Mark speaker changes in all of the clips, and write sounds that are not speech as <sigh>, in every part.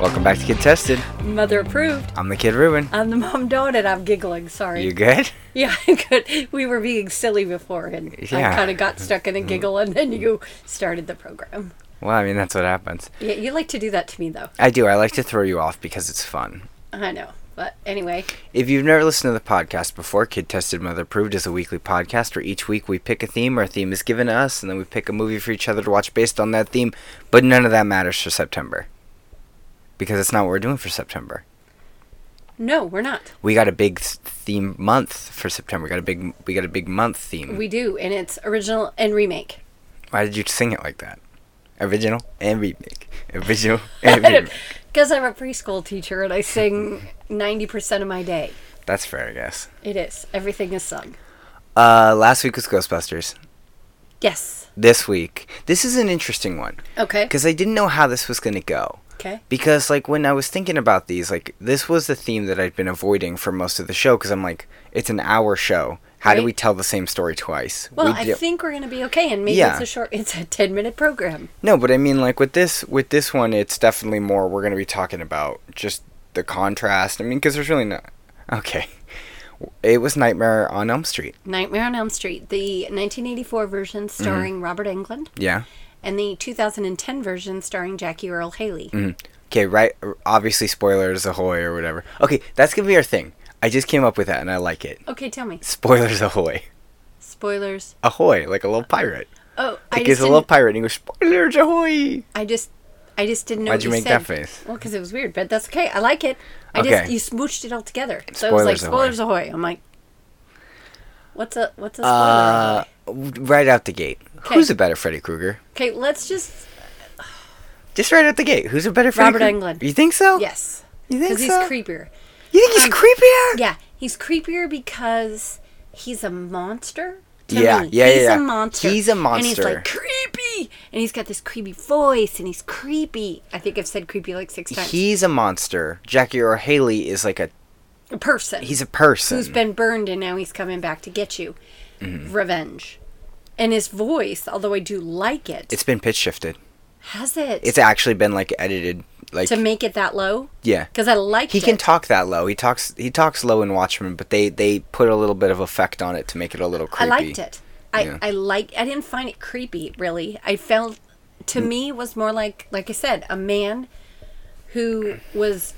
Speaker 1: Welcome back to Kid Tested.
Speaker 2: Mother approved.
Speaker 1: I'm the Kid Ruin.
Speaker 2: I'm the mom donut. I'm giggling. Sorry.
Speaker 1: You good?
Speaker 2: <laughs> yeah, good. We were being silly before, and
Speaker 1: Yeah. Mm-hmm.
Speaker 2: I kind of got stuck in a giggle, and then you started the program.
Speaker 1: Well, I mean, that's what happens.
Speaker 2: Yeah, you like to do that to me, though.
Speaker 1: I do. I like to throw you off because it's fun.
Speaker 2: I know. But anyway,
Speaker 1: If you've never listened to the podcast before, Kid Tested Mother Approved is a weekly podcast where each week we pick a theme or a theme is given to us, and then we pick a movie for each other to watch based on that theme, but none of that matters for September. Because it's not what we're doing for September.
Speaker 2: no, we're not.
Speaker 1: We got a big th- theme month for September. We got a big we got a big month theme.
Speaker 2: We do, and it's original and remake.
Speaker 1: Why did you sing it like that? Original and remake. Original and remake.
Speaker 2: Because I'm a preschool teacher, and
Speaker 1: <laughs>
Speaker 2: I sing 90% of my day.
Speaker 1: That's fair, I guess.
Speaker 2: It is. Everything is sung.
Speaker 1: Uh, last week was Ghostbusters.
Speaker 2: Yes.
Speaker 1: This week, this is an interesting one
Speaker 2: Okay.
Speaker 1: because I didn't know how this was going to go.
Speaker 2: Okay.
Speaker 1: Because like when I was thinking about these, like this was the theme that I'd been avoiding for most of the show because I'm like, it's an hour show. How do
Speaker 2: Right.
Speaker 1: we tell the same story twice?
Speaker 2: Well,
Speaker 1: we
Speaker 2: I
Speaker 1: do-
Speaker 2: think we're going to be okay, and maybe
Speaker 1: Yeah.
Speaker 2: it's a short, it's a 10 minute program.
Speaker 1: no, but I mean, like with this, with this one, it's definitely more. We're going to be talking about just the contrast. I mean, because there's really not. Okay, it was Nightmare on Elm Street.
Speaker 2: Nightmare on Elm Street, the 1984 version
Speaker 1: Mm-hmm.
Speaker 2: starring Robert Englund,
Speaker 1: Yeah.
Speaker 2: and the 2010 version starring Jackie Earl Haley.
Speaker 1: Okay, right. Obviously, spoilers ahoy or whatever. Okay, that's gonna be our thing. I just came up with that and I like it. <laughs>
Speaker 2: Okay, tell me.
Speaker 1: Spoilers ahoy,
Speaker 2: Spoilers.
Speaker 1: ahoy, like a little pirate.
Speaker 2: Oh, I
Speaker 1: Like
Speaker 2: just,
Speaker 1: he's a
Speaker 2: didn't,
Speaker 1: little pirate. And he goes spoilers ahoy.
Speaker 2: I just, I just didn't know.
Speaker 1: Why'd
Speaker 2: what
Speaker 1: you make
Speaker 2: said.
Speaker 1: that face?
Speaker 2: Well, because it was weird, but that's okay. I like it. I
Speaker 1: Okay.
Speaker 2: just you smooched it all together, so it was like
Speaker 1: Spoilers
Speaker 2: spoilers ahoy. I'm like, what's a what's a spoiler?
Speaker 1: Uh,
Speaker 2: ahoy?
Speaker 1: right out the gate. Who's a better Freddy Krueger?
Speaker 2: Okay, let's just
Speaker 1: Just right out the gate. Who's a better Freddy?
Speaker 2: Robert
Speaker 1: Krue-
Speaker 2: Englund.
Speaker 1: You think so?
Speaker 2: yes,
Speaker 1: You oh, think
Speaker 2: because
Speaker 1: so?
Speaker 2: he's creepier.
Speaker 1: you think he's
Speaker 2: um,
Speaker 1: creepier?
Speaker 2: Yeah, he's creepier because he's a monster. To
Speaker 1: Yeah,
Speaker 2: me.
Speaker 1: yeah, yeah,
Speaker 2: he's
Speaker 1: yeah.
Speaker 2: a monster.
Speaker 1: He's a
Speaker 2: And he's
Speaker 1: monster.
Speaker 2: like creepy, and he's got this creepy voice, and he's creepy. I think I've said creepy like six times.
Speaker 1: He's a monster. Jackie Earl Haley is like a.
Speaker 2: a person
Speaker 1: He's a person.
Speaker 2: who's been burned, and now he's coming back to get you.
Speaker 1: Mm-hmm.
Speaker 2: Revenge, and his voice, although I do like it,
Speaker 1: it's been pitch shifted.
Speaker 2: has it
Speaker 1: It's actually been like edited. Like
Speaker 2: to make it that low.
Speaker 1: yeah.
Speaker 2: Because I like
Speaker 1: He
Speaker 2: it.
Speaker 1: can talk that low. He talks he talks low in Watchmen, but they they put a little bit of effect on it to make it a little
Speaker 2: I
Speaker 1: creepy.
Speaker 2: liked it. I,
Speaker 1: Yeah.
Speaker 2: I like I didn't find it creepy really. I felt to
Speaker 1: Mm.
Speaker 2: me it was more like like I said, a man who was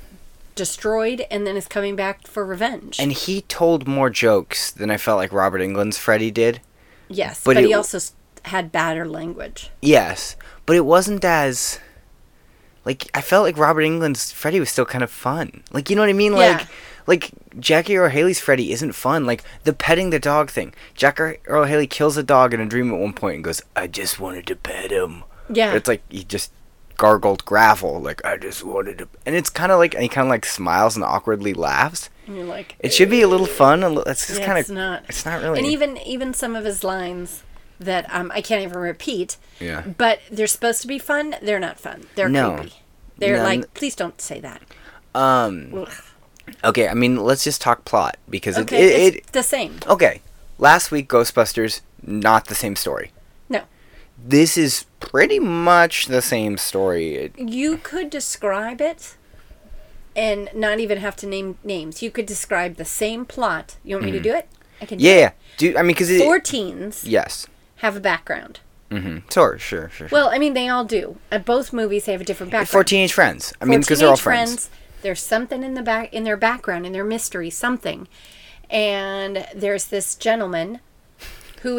Speaker 2: destroyed and then is coming back for revenge.
Speaker 1: And he told more jokes than I felt like Robert Englund's Freddy did.
Speaker 2: yes,
Speaker 1: but
Speaker 2: but,
Speaker 1: it-
Speaker 2: he also s- had badder language.
Speaker 1: Yes, but it wasn't as like I felt like Robert Englund's Freddy was still kind of fun. Like you know what I mean?
Speaker 2: Yeah.
Speaker 1: Like like Jackie Earl Haley's Freddy isn't fun. Like the petting the dog thing. Jackie Earl Haley kills a dog in a dream at one point and goes, "I just wanted to pet him."
Speaker 2: Yeah.
Speaker 1: It's like he just gargled gravel. Like I just wanted to, and it's kind of like and he kind of like smiles and awkwardly laughs.
Speaker 2: And you're like
Speaker 1: It should be a little fun. A little, it's just
Speaker 2: Yeah,
Speaker 1: kind of
Speaker 2: it's not.
Speaker 1: It's not really.
Speaker 2: And even even some of his lines that um, I can't even repeat.
Speaker 1: Yeah.
Speaker 2: But they're supposed to be fun. They're not fun. They're
Speaker 1: No.
Speaker 2: creepy. They're
Speaker 1: No, n-
Speaker 2: like, please don't say that.
Speaker 1: um. Okay, I mean, let's just talk plot because
Speaker 2: Okay,
Speaker 1: it, it, it
Speaker 2: it's the same.
Speaker 1: Okay. Last week, Ghostbusters, not the same story.
Speaker 2: No,
Speaker 1: This is pretty much the same story. It-
Speaker 2: you could describe it and not even have to name names. You could describe the same plot. You want me to do it? I can. do it.
Speaker 1: Mm. yeah. Do I mean because it?
Speaker 2: Four teens
Speaker 1: yes.
Speaker 2: have a background.
Speaker 1: hmm Sure. Sure. Sure.
Speaker 2: Well, I mean, they all do. At both movies, they have a different background.
Speaker 1: Four teenage friends. I
Speaker 2: Four
Speaker 1: mean, because they're all
Speaker 2: teenage
Speaker 1: friends.
Speaker 2: There's something in the back in their background, in their mystery, something. And there's this gentleman who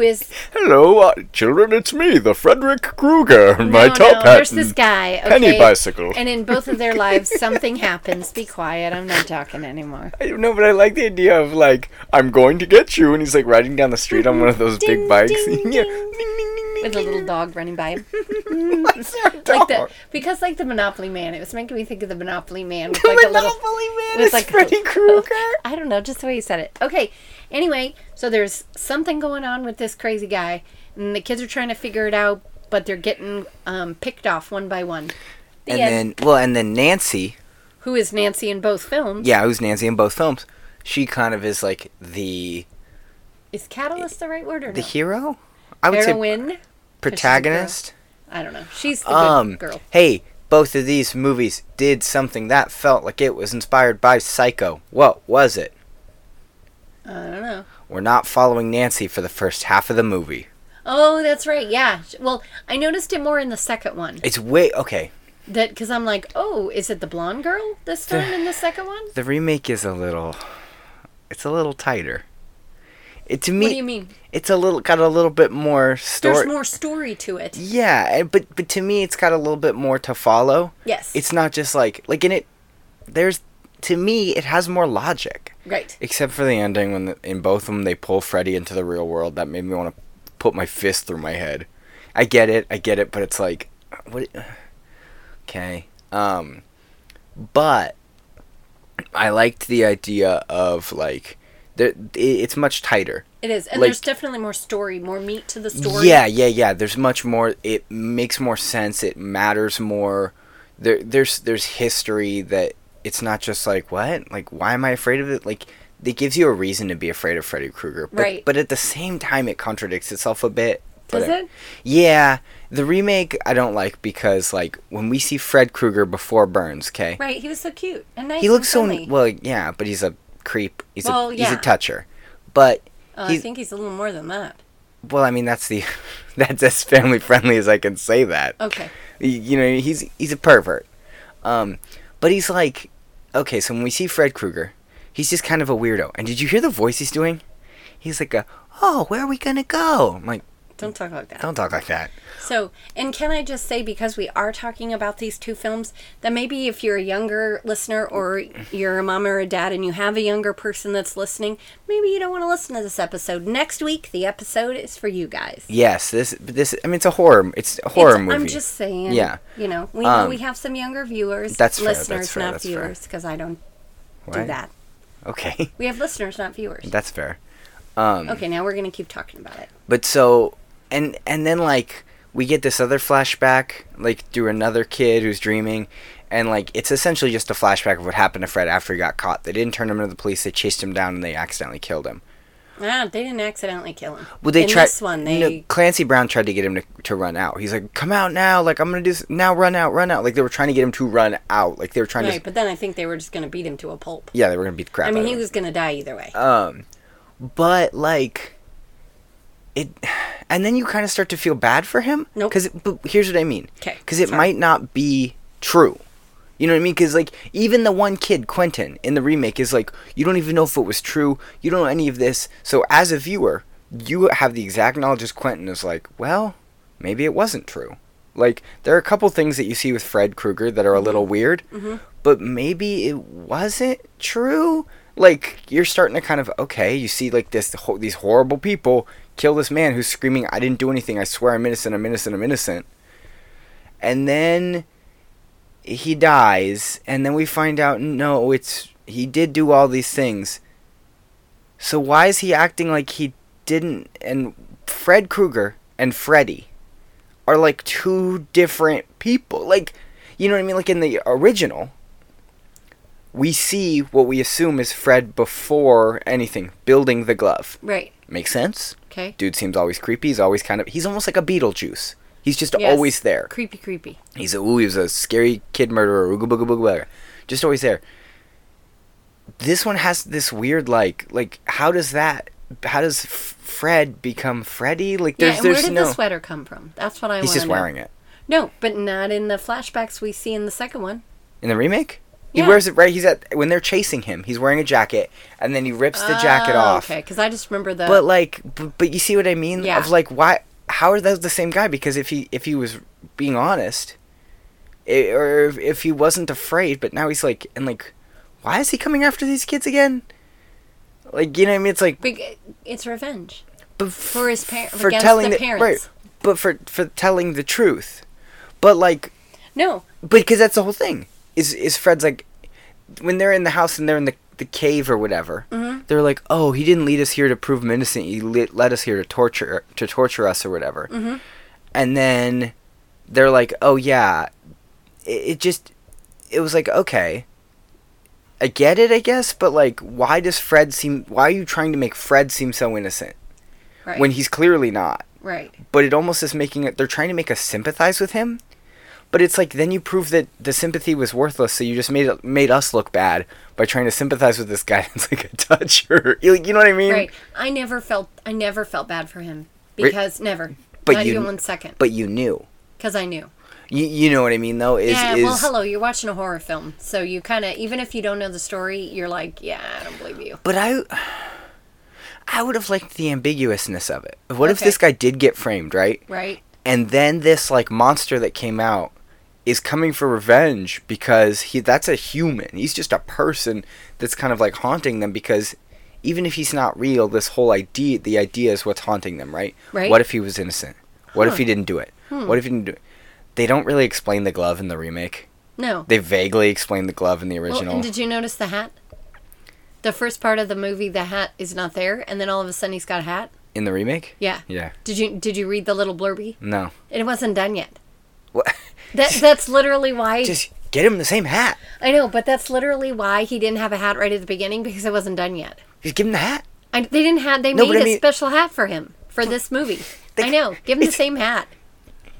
Speaker 1: <laughs>
Speaker 2: is
Speaker 3: Hello, uh, children, it's me, the Frederick Krueger, my
Speaker 2: no,
Speaker 3: top
Speaker 2: no,
Speaker 3: hat.
Speaker 2: There's this guy. Okay?
Speaker 3: penny bicycle.
Speaker 2: And in both of their lives,
Speaker 1: <laughs>
Speaker 2: something happens. Be quiet. I'm not talking anymore.
Speaker 3: <laughs> I don't know, but I like the idea of, like, I'm going to get you, and he's, like, riding down the street on one of those
Speaker 2: Ding,
Speaker 3: big bikes. <laughs>
Speaker 2: ding,
Speaker 3: yeah.
Speaker 2: ding.
Speaker 3: Ding, ding, ding, ding.
Speaker 2: With a little dog running by him.
Speaker 3: <laughs> That's our
Speaker 2: <laughs> like the,
Speaker 3: dog.
Speaker 2: because like the Monopoly Man, it was making me think of the Monopoly Man with
Speaker 3: The
Speaker 2: like a little.
Speaker 3: Monopoly Man
Speaker 2: with
Speaker 3: is
Speaker 2: like a-
Speaker 3: Freddy Krueger.
Speaker 2: I don't know, just the way you said it. Okay. Anyway, so there's something going on with this crazy guy, and the kids are trying to figure it out, but they're getting um, picked off one by one. <laughs> The
Speaker 1: and
Speaker 2: end.
Speaker 1: then, well, and then Nancy.
Speaker 2: who is Nancy in both films?
Speaker 1: Yeah, who's Nancy in both films? She kind of is like the
Speaker 2: Is catalyst the right word or
Speaker 1: the
Speaker 2: no?
Speaker 1: hero. I would say
Speaker 2: Heroine.
Speaker 1: protagonist.
Speaker 2: I don't know. She's the good
Speaker 1: Um.
Speaker 2: girl.
Speaker 1: Hey, Both of these movies did something that felt like it was inspired by Psycho. What was it?
Speaker 2: I don't know.
Speaker 1: We're not following Nancy for the first half of the movie.
Speaker 2: Oh, that's right. Yeah. Well, I noticed it more in the second one.
Speaker 1: It's way okay.
Speaker 2: That because I'm like, oh, is it the blonde girl this time in the second one?
Speaker 1: The remake is a little it's a little tighter. It to me
Speaker 2: What do you mean?
Speaker 1: it's a little got a little bit more
Speaker 2: There's
Speaker 1: story.
Speaker 2: more story to it.
Speaker 1: yeah, and- but but to me it's got a little bit more to follow.
Speaker 2: Yes.
Speaker 1: It's not just like like in it there's to me it has more logic.
Speaker 2: right.
Speaker 1: Except for the ending when the, in both of them they pull Freddy into the real world, that made me want to put my fist through my head. I get it, I get it, but it's like, uh, what? <sighs> Okay, um, but I liked the idea of like, there, it, it's much tighter.
Speaker 2: It is, and
Speaker 1: Like-
Speaker 2: there's definitely more story, more meat to the story.
Speaker 1: Yeah, yeah, yeah. There's much more. It makes more sense. It matters more. There, there's there's history that it's not just like what, like why am I afraid of it? Like it gives you a reason to be afraid of Freddy Krueger, but,
Speaker 2: Right.
Speaker 1: But at the same time, it contradicts itself a bit.
Speaker 2: Does
Speaker 1: Whatever.
Speaker 2: it?
Speaker 1: Yeah, the remake I don't like because like when we see Fred Krueger before Burns, okay,
Speaker 2: Right. He was so cute and nice.
Speaker 1: he
Speaker 2: and
Speaker 1: looks so
Speaker 2: friendly.
Speaker 1: well, yeah, but he's a creep. He's
Speaker 2: Well,
Speaker 1: a
Speaker 2: yeah.
Speaker 1: he's a toucher, but
Speaker 2: Uh, I
Speaker 1: he's
Speaker 2: think he's a little more than that.
Speaker 1: well, I mean that's the <laughs> that's as family friendly as I can say that.
Speaker 2: Okay.
Speaker 1: Y- You know, he's he's a pervert. Um, but he's like, okay, so when we see Fred Krueger, he's just kind of a weirdo. And did you hear the voice he's doing? He's like a, oh, where are we gonna go? I'm like,
Speaker 2: Don't talk like that.
Speaker 1: don't talk like that.
Speaker 2: So, and can I just say, because we are talking about these two films, that maybe if you're a younger listener or you're a mom or a dad and you have a younger person that's listening, maybe you don't want to listen to this episode. Next week, the episode is for you guys.
Speaker 1: Yes, this this. I mean, it's a horror. It's a horror
Speaker 2: It's-
Speaker 1: movie.
Speaker 2: I'm just saying.
Speaker 1: Yeah.
Speaker 2: You know, we know
Speaker 1: Um,
Speaker 2: we have some younger viewers.
Speaker 1: that's fair,
Speaker 2: listeners,
Speaker 1: that's fair,
Speaker 2: not
Speaker 1: that's fair.
Speaker 2: viewers, because I don't do
Speaker 1: Right?
Speaker 2: that.
Speaker 1: Okay, <laughs>
Speaker 2: We have listeners, not viewers.
Speaker 1: that's fair. Um,
Speaker 2: okay, now we're gonna keep talking about it.
Speaker 1: But so and and then like we get this other flashback, like through another kid who's dreaming, and like it's essentially just a flashback of what happened to Fred after he got caught. They didn't turn him to the police, they chased him down and they accidentally killed him.
Speaker 2: Ah, they didn't accidentally kill him.
Speaker 1: Well they
Speaker 2: In
Speaker 1: tried
Speaker 2: this one, they
Speaker 1: no, Clancy Brown tried to get him to, to run out. He's like, Come out now, like I'm gonna do this now run out, run out. Like they were trying to get him to run out. Like they were trying
Speaker 2: right,
Speaker 1: to
Speaker 2: but then I think they were just gonna beat him to a pulp.
Speaker 1: Yeah, they were gonna beat the crap
Speaker 2: I mean,
Speaker 1: out
Speaker 2: he
Speaker 1: of him.
Speaker 2: was gonna die either way.
Speaker 1: Um, but like it, and then you kind of start to feel bad for him.
Speaker 2: Nope.
Speaker 1: Because but here's what I mean.
Speaker 2: 'Kay,
Speaker 1: Because it
Speaker 2: sorry.
Speaker 1: might not be true. You know what I mean? Because like even the one kid Quentin in the remake is like you don't even know if it was true. You don't know any of this. So as a viewer, you have the exact knowledge as Quentin is like, well, maybe it wasn't true. Like there are a couple things that you see with Fred Krueger that are a little weird, but maybe it wasn't true. Like you're starting to kind of okay, you see like this ho- these horrible people kill this man who's screaming, "I didn't do anything. I swear I'm innocent. I'm innocent. I'm innocent." And then he dies, and then we find out no, it's he did do all these things. So why is he acting like he didn't? And Fred Krueger and Freddy are like two different people. Like, you know what I mean? Like in the original, we see what we assume is Fred before anything building the glove.
Speaker 2: right.
Speaker 1: Makes sense.
Speaker 2: Okay.
Speaker 1: Dude seems always creepy. He's always kind of. He's almost like a Beetlejuice. He's just
Speaker 2: Yes.
Speaker 1: always there.
Speaker 2: Creepy, creepy.
Speaker 1: He's a, ooh, he was a scary kid murderer. Ooga booga booga booga. Just always there. This one has this weird like like how does that how does F- Fred become Freddy? Like
Speaker 2: Yeah,
Speaker 1: there's
Speaker 2: and where
Speaker 1: there's
Speaker 2: did
Speaker 1: no
Speaker 2: the sweater come from? That's what I want
Speaker 1: he's
Speaker 2: to know.
Speaker 1: just wearing it
Speaker 2: No, but not in the flashbacks we see in the second one.
Speaker 1: in the remake. He
Speaker 2: Yeah.
Speaker 1: wears it right. He's at when they're chasing him. He's wearing a jacket and then he rips the jacket
Speaker 2: Oh,
Speaker 1: off.
Speaker 2: Okay, because I just remember the.
Speaker 1: But like, b- but you see what I mean?
Speaker 2: Yeah.
Speaker 1: Of like, why? How are those the same guy? Because if he if he was being honest, i or if, if he wasn't afraid, but now he's like, and like, why is he coming after these kids again? Like, you know what I mean? It's like,
Speaker 2: Big- it's revenge.
Speaker 1: but f-
Speaker 2: for his par-
Speaker 1: for
Speaker 2: against
Speaker 1: telling
Speaker 2: the
Speaker 1: the,
Speaker 2: parents.
Speaker 1: right, but for for telling the truth, but like,
Speaker 2: No,
Speaker 1: because that's the whole thing. Is is Fred's like when they're in the house and they're in the the cave or whatever. They're like, "Oh, he didn't lead us here to prove him innocent. He lit, led us here to torture to torture us or whatever." And then they're like, "Oh yeah, it, it just it was like okay." I get it, I guess, but like, why does Fred seem? Why are you trying to make Fred seem so innocent
Speaker 2: right.
Speaker 1: when he's clearly not?
Speaker 2: right.
Speaker 1: But it almost is making it. They're trying to make us sympathize with him, But it's like then you prove that the sympathy was worthless, so you just made it- made us look bad by trying to sympathize with this guy <laughs> that's like a toucher. <laughs> You you know what I mean?
Speaker 2: Right. I never felt I never felt bad for him because never.
Speaker 1: But
Speaker 2: not
Speaker 1: you-
Speaker 2: even one second.
Speaker 1: But you knew.
Speaker 2: Because I knew.
Speaker 1: You, you know what I mean though? Is
Speaker 2: yeah.
Speaker 1: is
Speaker 2: well, hello. You're watching a horror film, so you kind of even if you don't know the story, you're like, yeah, I don't believe you.
Speaker 1: But I I would have liked the ambiguousness of it. What if
Speaker 2: Okay.
Speaker 1: this guy did get framed, right?
Speaker 2: Right.
Speaker 1: And then this like monster that came out is coming for revenge because he that's a human. He's just a person that's kind of like haunting them because even if he's not real, this whole idea the idea is what's haunting them, right?
Speaker 2: Right. Hmm.
Speaker 1: What if he was innocent? What if he didn't do it? What if he didn't do it? They don't really explain the glove in the remake.
Speaker 2: No.
Speaker 1: They vaguely explain the glove in the
Speaker 2: Well,
Speaker 1: original.
Speaker 2: and did you notice the hat? The first part of the movie, the hat is not there, and then all of a sudden he's got a hat.
Speaker 1: in the remake?
Speaker 2: Yeah.
Speaker 1: Yeah.
Speaker 2: Did you did you read the little blurby?
Speaker 1: No.
Speaker 2: It wasn't done yet.
Speaker 1: What?
Speaker 2: That that's literally why
Speaker 1: <laughs> Just get him the same hat.
Speaker 2: I know, but that's literally why he didn't have a hat right at the beginning because it wasn't done yet.
Speaker 1: Just give him the hat.
Speaker 2: I, they didn't have. They
Speaker 1: No,
Speaker 2: made
Speaker 1: but I
Speaker 2: a
Speaker 1: mean-
Speaker 2: special hat for him for this movie. I know.
Speaker 1: <laughs>
Speaker 2: Give him the same hat.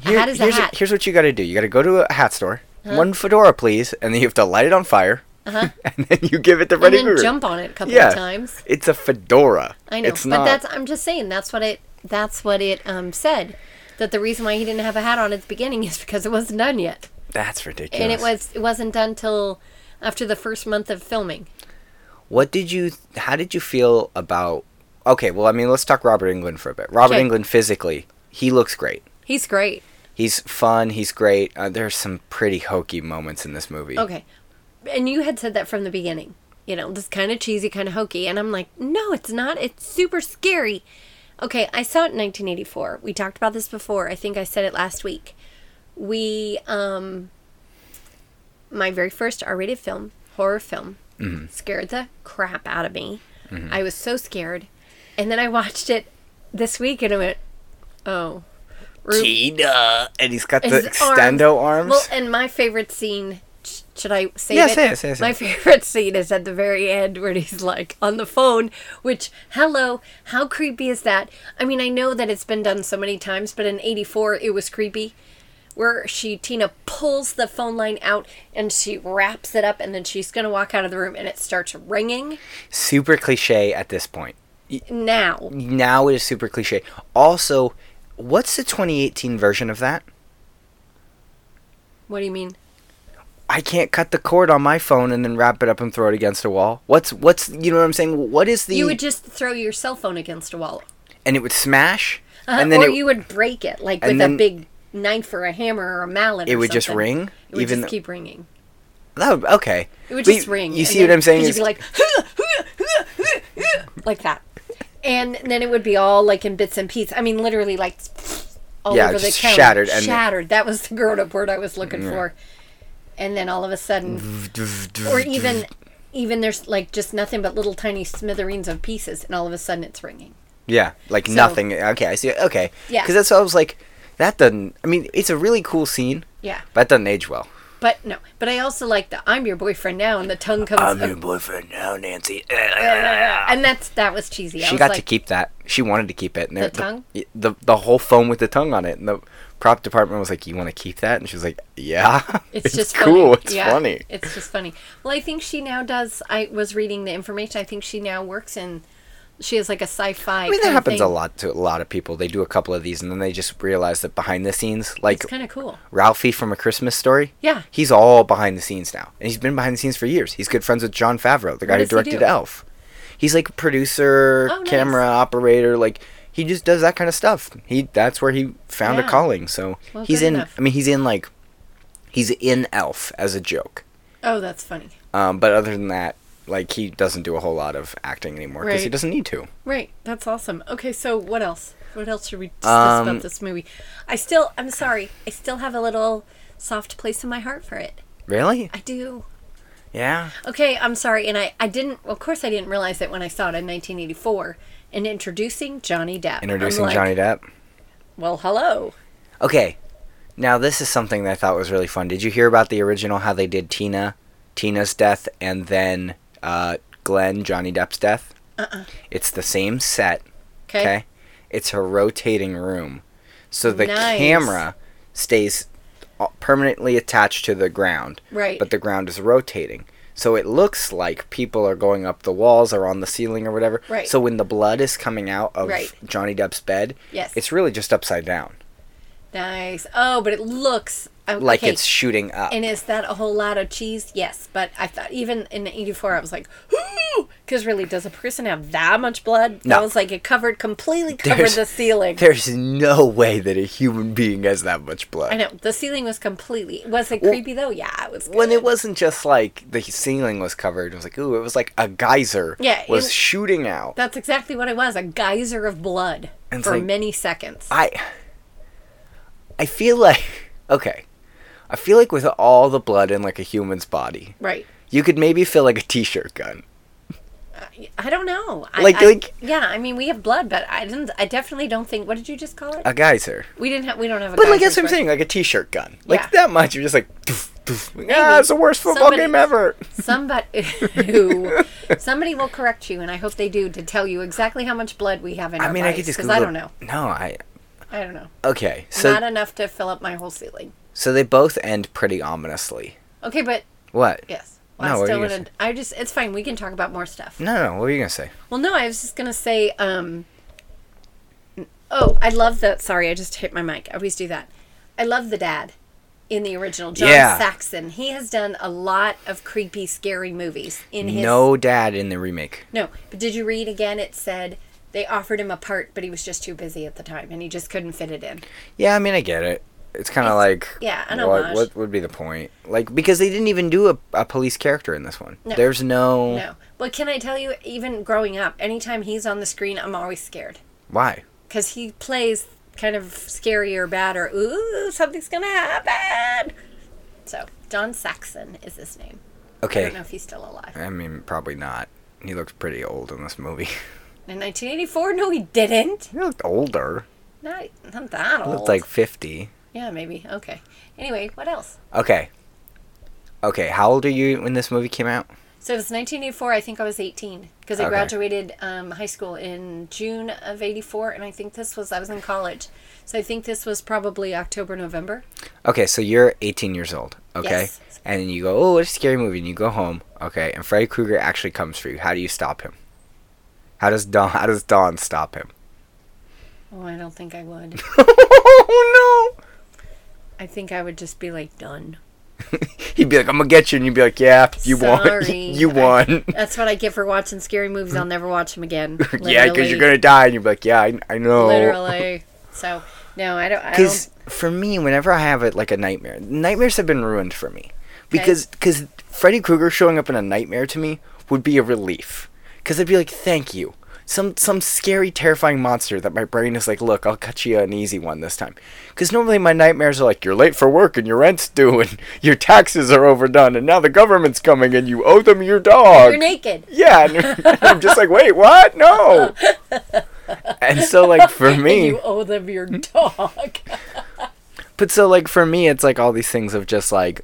Speaker 1: Here-
Speaker 2: hat is a
Speaker 1: here's,
Speaker 2: hat.
Speaker 1: here's what you got to do. You got to go to a hat store. One fedora, please, and then you have to light it on fire, <laughs> and then you give it to
Speaker 2: Uh-huh. And
Speaker 1: Freddy
Speaker 2: then
Speaker 1: Krueger.
Speaker 2: jump on it a couple
Speaker 1: Yeah.
Speaker 2: of times.
Speaker 1: It's a fedora.
Speaker 2: I know,
Speaker 1: It's
Speaker 2: but
Speaker 1: not.
Speaker 2: that's. I'm just saying. That's what it. That's what it um, said. That the reason why he didn't have a hat on at the beginning <laughs> is because it wasn't done yet,
Speaker 1: that's ridiculous.
Speaker 2: and it was. It wasn't done till after the first month of filming.
Speaker 1: What did you? How did you feel about? Okay, well, I mean, let's talk Robert England for a bit. Robert
Speaker 2: Okay.
Speaker 1: England physically, he looks great.
Speaker 2: He's great.
Speaker 1: He's fun. He's great. Uh, there's some pretty hokey moments in this movie.
Speaker 2: Okay, and you had said that from the beginning. You know, this kind of cheesy, kind of hokey, and I'm like, no, it's not. It's super scary. Okay, I saw it in 1984. We talked about this before. I think I said it last week. We, um, my very first R-rated film, horror film, scared the crap out of me. I was so scared, and then I watched it this week, and I went, oh, Ru-
Speaker 1: Cheetah, and he's got the
Speaker 2: his
Speaker 1: extendo arms.
Speaker 2: Well, and my favorite scene. sh- Should I say
Speaker 1: Yeah,
Speaker 2: it?
Speaker 1: say it, say it, say
Speaker 2: My
Speaker 1: it.
Speaker 2: favorite scene is at the very end where he's like on the phone. Which, hello, how creepy is that? I mean, I know that it's been done so many times, but in '84 it was creepy. Where she Tina pulls the phone line out and she wraps it up, and then she's gonna walk out of the room, and it starts ringing.
Speaker 1: Super cliche at this point.
Speaker 2: Now,
Speaker 1: now it is super cliche. Also, what's the 2018 version of that?
Speaker 2: what do you mean?
Speaker 1: I can't cut the cord on my phone and then wrap it up and throw it against a wall. What's what's you know what I'm saying? What is the
Speaker 2: You would just throw your cell phone against a wall,
Speaker 1: and it would smash
Speaker 2: Uh,
Speaker 1: and then
Speaker 2: or
Speaker 1: it,
Speaker 2: you would break it like
Speaker 1: and
Speaker 2: with
Speaker 1: then-
Speaker 2: a big knife or a hammer or a mallet.
Speaker 1: It
Speaker 2: or
Speaker 1: would just
Speaker 2: something.
Speaker 1: ring,
Speaker 2: It would
Speaker 1: even
Speaker 2: just
Speaker 1: though-
Speaker 2: keep ringing.
Speaker 1: that would- okay.
Speaker 2: It would
Speaker 1: But
Speaker 2: just
Speaker 1: you-
Speaker 2: ring.
Speaker 1: You
Speaker 2: and
Speaker 1: see what
Speaker 2: then-
Speaker 1: I'm saying?
Speaker 2: You'd
Speaker 1: Is-
Speaker 2: be like, <laughs> like that, and then it would be all like in bits and pieces. I mean, literally like all
Speaker 1: Yeah,
Speaker 2: over the
Speaker 1: just
Speaker 2: counter.
Speaker 1: shattered and-
Speaker 2: shattered. That was the grown-up word I was looking for. And then all of a sudden,
Speaker 1: <laughs>
Speaker 2: or even even there's like just nothing but little tiny smithereens of pieces, and all of a sudden it's ringing.
Speaker 1: yeah, like nothing. Okay, I see. Okay,
Speaker 2: Yeah.
Speaker 1: Because that's what I was like. That doesn't. I mean, it's a really cool scene,
Speaker 2: Yeah.
Speaker 1: but that doesn't age well.
Speaker 2: But no, but I also like the "I'm your boyfriend now" and the tongue comes. up.
Speaker 1: boyfriend now, Nancy.
Speaker 2: and that's that was cheesy. I
Speaker 1: She
Speaker 2: was
Speaker 1: got
Speaker 2: like,
Speaker 1: to keep that. She wanted to keep it. And
Speaker 2: The
Speaker 1: the,
Speaker 2: tongue?
Speaker 1: The, the whole phone with the tongue on it. And the prop department was like, "You want to keep that?" And she was like, "Yeah." <laughs>
Speaker 2: It's, just
Speaker 1: cool.
Speaker 2: Funny.
Speaker 1: It's
Speaker 2: Yeah,
Speaker 1: funny.
Speaker 2: It's just funny. Well, I think she now does. I was reading the information. I think she now works in. She is like a sci-fi.
Speaker 1: I mean, that happens a lot to a lot of people. They do a couple of these, and then they just realize that behind the scenes, like
Speaker 2: It's kind of cool.
Speaker 1: Ralphie from A Christmas Story.
Speaker 2: Yeah.
Speaker 1: He's all behind the scenes now, and he's been behind the scenes for years. He's good friends with John Favreau, the guy who
Speaker 2: does he do?
Speaker 1: directed Elf. He's like producer,
Speaker 2: Oh, nice.
Speaker 1: camera operator, like. He just does that kind of stuff. He that's where he found a
Speaker 2: Yeah.
Speaker 1: calling. So
Speaker 2: Well,
Speaker 1: he's
Speaker 2: good
Speaker 1: in.
Speaker 2: enough.
Speaker 1: I mean, he's in like he's in Elf as a joke.
Speaker 2: Oh, that's funny.
Speaker 1: Um, but other than that, like he doesn't do a whole lot of acting anymore because he
Speaker 2: Right.
Speaker 1: doesn't need to.
Speaker 2: Right. That's awesome. Okay. So what else? What else should we discuss
Speaker 1: Um,
Speaker 2: about this movie? I still. I'm sorry. I still have a little soft place in my heart for it.
Speaker 1: Really?
Speaker 2: I do.
Speaker 1: Yeah.
Speaker 2: Okay, I'm sorry, and I, I didn't. Of course, I didn't realize it when I saw it in 1984. And introducing Johnny Depp.
Speaker 1: Introducing
Speaker 2: I'm like,
Speaker 1: Johnny Depp.
Speaker 2: Well, hello.
Speaker 1: Okay. Now this is something that I thought was really fun. Did you hear about the original how they did Tina, Tina's death, and then uh, Glenn Johnny Depp's death? Uh-uh. It's the same set.
Speaker 2: Okay.
Speaker 1: Okay. It's a rotating room, so the
Speaker 2: Nice.
Speaker 1: camera stays all- permanently attached to the ground,
Speaker 2: Right.
Speaker 1: but the ground is rotating. So it looks like people are going up the walls or on the ceiling or whatever.
Speaker 2: Right.
Speaker 1: So when the blood is coming out of
Speaker 2: Right.
Speaker 1: Johnny Depp's bed,
Speaker 2: Yes.
Speaker 1: it's really just upside down,
Speaker 2: nice. Oh, but it looks I-
Speaker 1: like
Speaker 2: okay.
Speaker 1: it's shooting up.
Speaker 2: And is that a whole lot of cheese? Yes, but I thought even in '84, I was like, because really, does a person have that much blood?
Speaker 1: No.
Speaker 2: I was like, it covered completely covered
Speaker 1: There's-
Speaker 2: the ceiling.
Speaker 1: <laughs> There's no way that a human being has that much blood.
Speaker 2: I know the ceiling was completely. Was it creepy though? Yeah, it was. Good.
Speaker 1: when it wasn't just like the ceiling was covered, it was like ooh, it was like a geyser
Speaker 2: Yeah,
Speaker 1: was
Speaker 2: it-
Speaker 1: shooting out.
Speaker 2: That's exactly what it was a geyser of blood
Speaker 1: And it's
Speaker 2: for
Speaker 1: like-
Speaker 2: many seconds.
Speaker 1: I I feel like <laughs> okay. I feel like with all the blood in like a human's body,
Speaker 2: right.
Speaker 1: you could maybe feel like a t-shirt gun.
Speaker 2: I don't know. I,
Speaker 1: Like-
Speaker 2: I-
Speaker 1: like-
Speaker 2: yeah, I mean, we have blood, but I didn't. I definitely don't think. What did you just call it?
Speaker 1: A geyser.
Speaker 2: we didn't have. We don't have a.
Speaker 1: Uh, But like that's
Speaker 2: geyser
Speaker 1: what I'm
Speaker 2: for-
Speaker 1: saying, like a t-shirt gun. Like
Speaker 2: Yeah.
Speaker 1: that much you're just like doof, doof. Like, Ah, it's the worst football
Speaker 2: Somebody-
Speaker 1: game ever.
Speaker 2: Somebody, <laughs> who, somebody will correct you, and I hope they do to tell you exactly how much blood we have in
Speaker 1: I
Speaker 2: our
Speaker 1: mean, I
Speaker 2: bodies.
Speaker 1: could just
Speaker 2: because
Speaker 1: Google.
Speaker 2: I don't know.
Speaker 1: No, I
Speaker 2: I don't know.
Speaker 1: Okay. So
Speaker 2: Not enough to fill up my whole ceiling.
Speaker 1: so they both end pretty ominously.
Speaker 2: Okay, but
Speaker 1: What?
Speaker 2: yes.
Speaker 1: No, Mm.
Speaker 2: I
Speaker 1: what are
Speaker 2: still
Speaker 1: you gonna
Speaker 2: wanna- I just. It's fine. We can talk about more stuff.
Speaker 1: No, no, what were you going to say?
Speaker 2: Well, no, I was just gonna say. um Oh, I love the. Sorry, I just hit my mic. I always do that. I love the dad in the original, John
Speaker 1: Yeah.
Speaker 2: Saxon. He has done a lot of creepy, scary movies in his.
Speaker 1: No dad in the remake.
Speaker 2: No, but did you read again? It said they offered him a part, but he was just too busy at the time, and he just couldn't fit it in.
Speaker 1: Yeah, I mean, I get it. It's kind of like
Speaker 2: yeah, an
Speaker 1: what,
Speaker 2: homage.
Speaker 1: what would be the point? Like because they didn't even do a, a police character in this one.
Speaker 2: No.
Speaker 1: There's no,
Speaker 2: No. Well, can I tell you? Even growing up, anytime he's on the screen, I'm always scared
Speaker 1: why.
Speaker 2: because he plays kind of scary or bad or ooh, something's gonna happen. So John Saxon is his name. I don't know
Speaker 1: Okay,
Speaker 2: if he's still alive.
Speaker 1: I, mean probably not. He looked pretty old in this movie. <laughs>
Speaker 2: In 1984, no, he didn't.
Speaker 1: he looked older.
Speaker 2: Not, not that
Speaker 1: He
Speaker 2: old.
Speaker 1: looked like fifty.
Speaker 2: yeah, maybe. Okay. Anyway, what else?
Speaker 1: Okay, okay. How old are you when this movie came out?
Speaker 2: So it was 1984. I think I was 18 because I
Speaker 1: Okay.
Speaker 2: graduated um, high school in June of 84, and I think this was I was in college. So I think this was probably October, November.
Speaker 1: Okay, so you're 18 years old. Okay,
Speaker 2: Yes.
Speaker 1: and you go, oh, what a scary movie, and you go home. Okay, and Freddy Krueger actually comes for you. How do you stop him? How does Don? How does Don stop
Speaker 2: <laughs>
Speaker 1: him?
Speaker 2: Oh, I don't think I would.
Speaker 1: oh no! <laughs>
Speaker 2: I think I would just be like done.
Speaker 1: He'd be like, "I'm gonna get you," and you'd be like, "Yeah, you won. <laughs>
Speaker 2: Sorry.
Speaker 1: you won. <laughs>
Speaker 2: I- that's what I get for watching scary movies. I'll never watch them again.
Speaker 1: yeah, because you're gonna die." And you'd be like, "Yeah, I, I know."
Speaker 2: literally. So no, I don't. I don't
Speaker 1: Because for me, whenever I have it like a nightmare, nightmares have been ruined for me because because Freddy Krueger showing up in a nightmare to me would be a relief because I'd be like, "Thank you." Some some scary, terrifying monster that my brain is like, "Look, I'll cut you an easy one this time." Because normally my nightmares are like, "You're late for work and your rent's due and your taxes are overdone and now the government's coming and you owe them your dog."
Speaker 2: you're naked.
Speaker 1: Yeah, and <laughs> you're- I'm just like, wait, what?
Speaker 2: <laughs>
Speaker 1: No. And so, like for me,
Speaker 2: You owe them your dog. <laughs>
Speaker 1: but so like for me, it's like all these things of just like,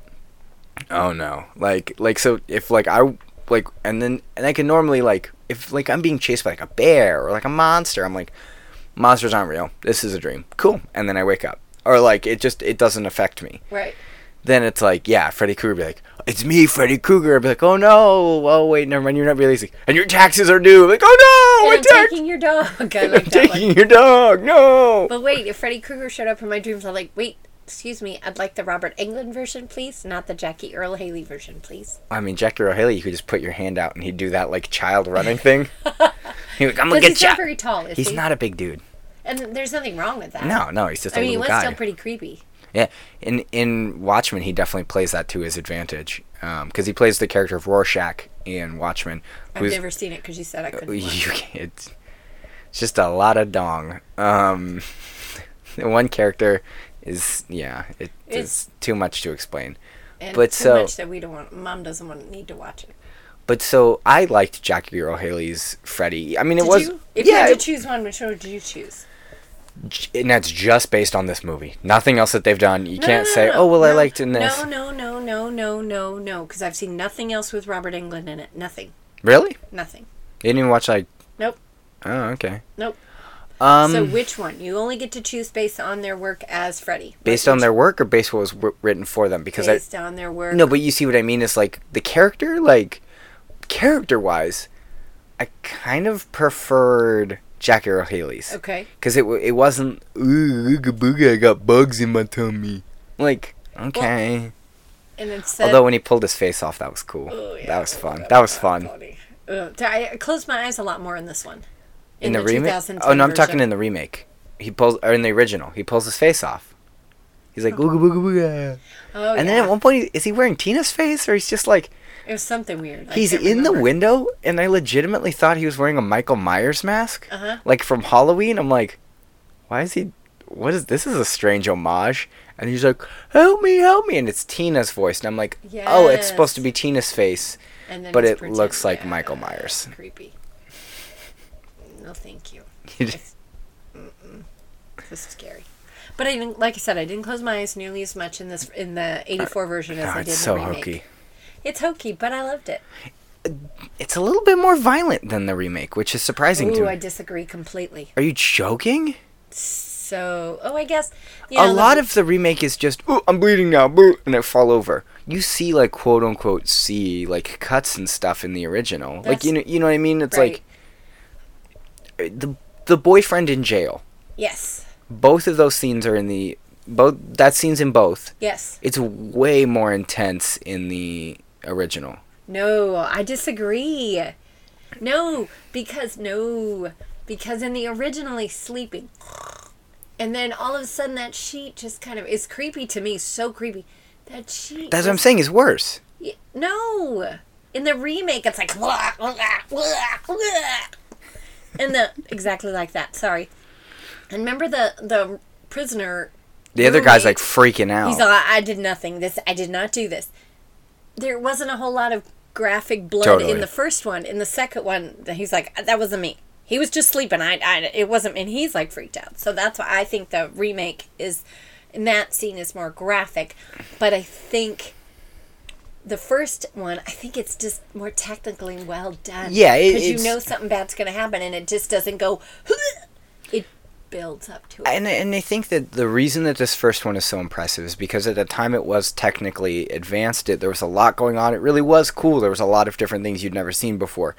Speaker 1: oh no, like like so if like I like and then and I can normally like if like I'm being chased by like a bear or like a monster, I'm like, monsters aren't real. This is a dream. Cool. And then I wake up, or like it just it doesn't affect me.
Speaker 2: right.
Speaker 1: Then it's like, yeah, Freddy Krueger be like, it's me, Freddy Krueger. I'd be like, oh no, oh wait, never mind, you're not releasing, and your taxes are due. like, oh no,
Speaker 2: And
Speaker 1: my
Speaker 2: I'm
Speaker 1: tax-
Speaker 2: taking your dog.
Speaker 1: <laughs>
Speaker 2: I
Speaker 1: I'm
Speaker 2: like that one.
Speaker 1: taking your dog. No.
Speaker 2: But wait, if Freddy Krueger showed up in my dreams, I'm like, wait, excuse me, I'd like the Robert Englund version, please, not the Jackie Earl Haley version, please.
Speaker 1: I mean, Jackie O'Haley, you could just put your hand out and he'd do that like child running
Speaker 2: <laughs>
Speaker 1: thing. He'd be like, I'm gonna
Speaker 2: Because
Speaker 1: get
Speaker 2: he's not
Speaker 1: you.
Speaker 2: very tall, is
Speaker 1: He's
Speaker 2: he?
Speaker 1: not a big dude.
Speaker 2: And there's nothing wrong with that.
Speaker 1: No, no, he's just a
Speaker 2: I mean, he
Speaker 1: little
Speaker 2: was
Speaker 1: guy.
Speaker 2: still pretty creepy.
Speaker 1: yeah, in in Watchmen, he definitely plays that to his advantage because he plays the character of Rorschach in Watchmen.
Speaker 2: I've never seen it because you said I couldn't.
Speaker 1: <laughs>
Speaker 2: watch.
Speaker 1: you can't- it's, it's just a lot of dong. Um, <laughs> the one character is yeah, it
Speaker 2: It's-
Speaker 1: is too much to explain.
Speaker 2: And
Speaker 1: but
Speaker 2: too
Speaker 1: so-
Speaker 2: much that we don't want. Mom doesn't want need to watch it.
Speaker 1: But so I liked Jackie Earl Haley's Freddy. I mean, it
Speaker 2: Did
Speaker 1: was
Speaker 2: you? If you
Speaker 1: yeah,
Speaker 2: had
Speaker 1: it-
Speaker 2: to choose one, which one would you choose?
Speaker 1: j- and that's just based on this movie. Nothing else that they've done. You
Speaker 2: No,
Speaker 1: can't
Speaker 2: no, no,
Speaker 1: say,
Speaker 2: no.
Speaker 1: "Oh, well, I
Speaker 2: No,
Speaker 1: liked in this."
Speaker 2: No, no, no, no, no, no, no. Because I've seen nothing else with Robert Englund in it. Nothing.
Speaker 1: Really? You
Speaker 2: Nothing.
Speaker 1: didn't even watch like?
Speaker 2: Nope.
Speaker 1: Oh, okay.
Speaker 2: Nope.
Speaker 1: Um,
Speaker 2: so which one? You only get to choose based on their work as Freddy.
Speaker 1: based on their work or based what was w- written for them? Because I
Speaker 2: based on their work.
Speaker 1: no, but you see what I mean. Is like the character, like character wise, I kind of preferred Jackie Earl Haley's.
Speaker 2: Okay.
Speaker 1: Because it, w- it wasn't, ooh, ooga booga, I got bugs in my tummy. Like, okay.
Speaker 2: And it said,
Speaker 1: Although when he pulled his face off, that was cool.
Speaker 2: Oh, yeah,
Speaker 1: that was fun. That was fun.
Speaker 2: funny. Uh, I closed my eyes a lot more in this one.
Speaker 1: In, the, remake? Oh, no, I'm talking in the remake. He pulls, or in the original, he pulls his face off. He's like, ooga booga booga.
Speaker 2: Oh,
Speaker 1: and
Speaker 2: yeah.
Speaker 1: then at one point, is he wearing Tina's face? Or he's just like,
Speaker 2: it was something weird. I
Speaker 1: he's
Speaker 2: can't
Speaker 1: in the
Speaker 2: remember.
Speaker 1: window, and I legitimately thought he was wearing a Michael Myers mask.
Speaker 2: Uh-huh.
Speaker 1: Like from Halloween. I'm like, why is he, what is, this is a strange homage. And he's like, help me, help me. And it's Tina's voice. And I'm like, oh, it's supposed to
Speaker 2: Yes.
Speaker 1: be Tina's face.
Speaker 2: And then
Speaker 1: but
Speaker 2: he's
Speaker 1: it looks like
Speaker 2: pretending-
Speaker 1: Michael Myers. <laughs>
Speaker 2: Creepy. No, thank you.
Speaker 1: You just-
Speaker 2: This is scary. But I didn't, like I said, I didn't close my eyes nearly as much in this in the '84 version as
Speaker 1: Oh,
Speaker 2: I did
Speaker 1: it's
Speaker 2: in
Speaker 1: so
Speaker 2: the remake.
Speaker 1: hokey.
Speaker 2: It's hokey, but I loved it.
Speaker 1: It's a little bit more violent than the remake, which is surprising to
Speaker 2: Ooh,
Speaker 1: me.
Speaker 2: I disagree completely.
Speaker 1: Are you joking?
Speaker 2: So, oh, I guess you
Speaker 1: a
Speaker 2: know, the-
Speaker 1: lot of the remake is just, "Ooh, I'm bleeding now, boo," and I fall over. You see, like quote unquote, see like cuts and stuff in the original. like
Speaker 2: That's-
Speaker 1: you know, you know what I mean. It's
Speaker 2: Right.
Speaker 1: like uh, the the boyfriend in jail.
Speaker 2: yes,
Speaker 1: Both of those scenes are in the both. That scenes in both.
Speaker 2: yes,
Speaker 1: It's way more intense in the original.
Speaker 2: no, I disagree. No, because no, because in the original he's sleeping, and then all of a sudden that sheet just kind of is creepy to me. So creepy. That sheet.
Speaker 1: That's what I'm
Speaker 2: just-
Speaker 1: saying. Is worse.
Speaker 2: Y- No. In the remake, it's like blah, blah, blah, blah. and the exactly like that. Sorry. And remember the the prisoner.
Speaker 1: The other guy's like
Speaker 2: roommate?
Speaker 1: freaking out.
Speaker 2: He's all, I did nothing. This I did not do this. There wasn't a whole lot of graphic blood
Speaker 1: Totally.
Speaker 2: in the first one. In the second one, he's like, that wasn't me. He was just sleeping. I, I it wasn't, and he's like freaked out. So that's why I think the remake is, and that scene is more graphic. But I think the first one, I think it's just more technically well done.
Speaker 1: Yeah, it-
Speaker 2: because you
Speaker 1: it's-
Speaker 2: know something bad's going to happen, and it just doesn't go. <laughs> It builds up to it.
Speaker 1: and and I think that the reason that this first one is so impressive is because at the time it was technically advanced. It there was a lot going on. It really was cool. There was a lot of different things you'd never seen before,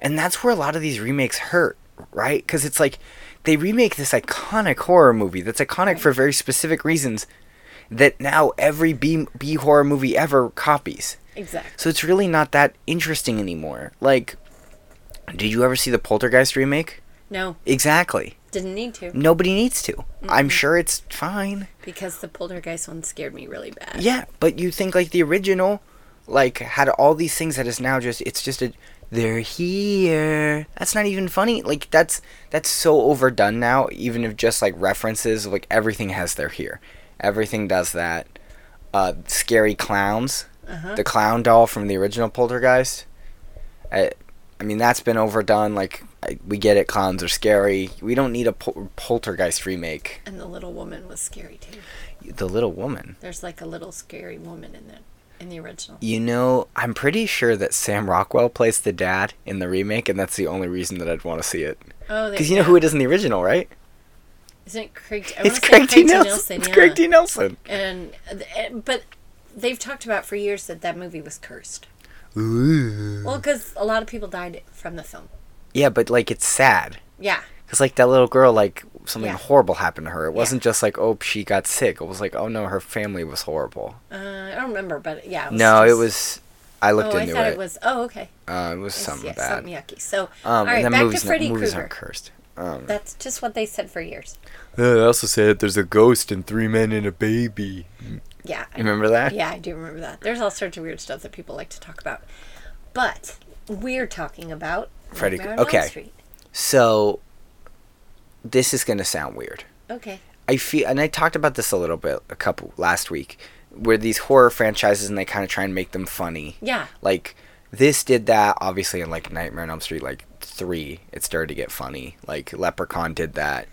Speaker 1: and that's where a lot of these remakes hurt, right? Because it's like they remake this iconic horror movie that's iconic for very specific reasons that now every B B horror movie ever copies.
Speaker 2: exactly.
Speaker 1: So it's really not that interesting anymore. Like, did you ever see the Poltergeist remake?
Speaker 2: No,
Speaker 1: Exactly
Speaker 2: didn't need to.
Speaker 1: nobody needs to. I'm sure it's fine.
Speaker 2: Because the poltergeist one scared me really bad.
Speaker 1: Yeah, but you think like the original, like had all these things that is now just it's just a they're here. That's not even funny. Like that's that's so overdone now. Even if just like references, like everything has their here. Everything does that. Uh, scary clowns. The clown doll from the original Poltergeist. I, I mean that's been overdone. Like I, we get it, clowns are scary. We don't need a pol- Poltergeist remake.
Speaker 2: And the little woman was scary too.
Speaker 1: The Little Woman.
Speaker 2: There's like a little scary woman in that in the original.
Speaker 1: You know, I'm pretty sure that Sam Rockwell plays the dad in the remake, and that's the only reason that I'd want to see it.
Speaker 2: Oh, there
Speaker 1: Because you know who it is in the original, right?
Speaker 2: isn't it Craig? I
Speaker 1: It's
Speaker 2: wanna say
Speaker 1: Craig T. Nelson. It's
Speaker 2: yeah.
Speaker 1: Craig T. Nelson.
Speaker 2: And uh, but they've talked about for years that that movie was cursed.
Speaker 1: Ooh.
Speaker 2: Well, because a lot of people died from the film.
Speaker 1: Yeah, but like it's sad.
Speaker 2: Yeah,
Speaker 1: Because like that little girl, like something
Speaker 2: Yeah.
Speaker 1: horrible happened to her. It wasn't just like, oh, she got sick. It was like, oh no, her family was horrible.
Speaker 2: uh, I don't remember, but yeah.
Speaker 1: no, it
Speaker 2: just-
Speaker 1: was. I looked
Speaker 2: Oh, I
Speaker 1: into
Speaker 2: thought
Speaker 1: it.
Speaker 2: it. was. Oh, okay.
Speaker 1: uh, it was
Speaker 2: It's-
Speaker 1: something
Speaker 2: yeah,
Speaker 1: bad.
Speaker 2: Something yucky. So, all
Speaker 1: Um,
Speaker 2: right,
Speaker 1: and then
Speaker 2: back
Speaker 1: movies,
Speaker 2: to
Speaker 1: not-
Speaker 2: Freddy
Speaker 1: movies
Speaker 2: Krueger.
Speaker 1: aren't cursed. Um,
Speaker 2: That's just what they said for years.
Speaker 3: They also said there's a ghost and three men and a baby.
Speaker 2: Yeah. I-
Speaker 1: remember that?
Speaker 2: Yeah, I do remember that. There's all sorts of weird stuff that people like to talk about. But we're talking about
Speaker 1: Freddy-
Speaker 2: Nightmare on Elm
Speaker 1: okay.
Speaker 2: Street.
Speaker 1: So, this is gonna sound weird.
Speaker 2: Okay.
Speaker 1: I feel, and I talked about this a little bit a couple last week, where these horror franchises and they kind of try and make them funny.
Speaker 2: Yeah.
Speaker 1: Like this did that, obviously, in like Nightmare on Elm Street, like three, it started to get funny. Like Leprechaun did that.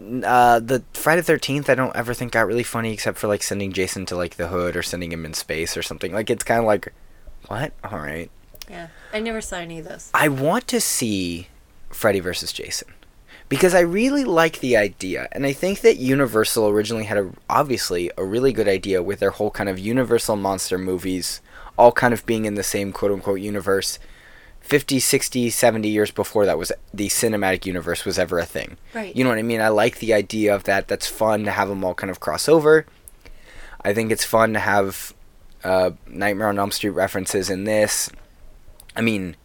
Speaker 1: N- Uh, the Friday Thirteenth, I don't ever think got really funny, except for like sending Jason to like the hood or sending him in space or something. Like it's kind of like, what? All right.
Speaker 2: Yeah. I never saw any of those.
Speaker 1: I want to see Freddy versus Jason because I really like the idea, and I think that Universal originally had a, obviously a really good idea with their whole kind of Universal monster movies, all kind of being in the same quote unquote universe. 50, 60, 70 years before that was the cinematic universe was ever a thing.
Speaker 2: Right.
Speaker 1: You know what I mean? I like the idea of that. That's fun to have them all kind of cross over. I think it's fun to have uh, Nightmare on Elm Street references in this. I mean,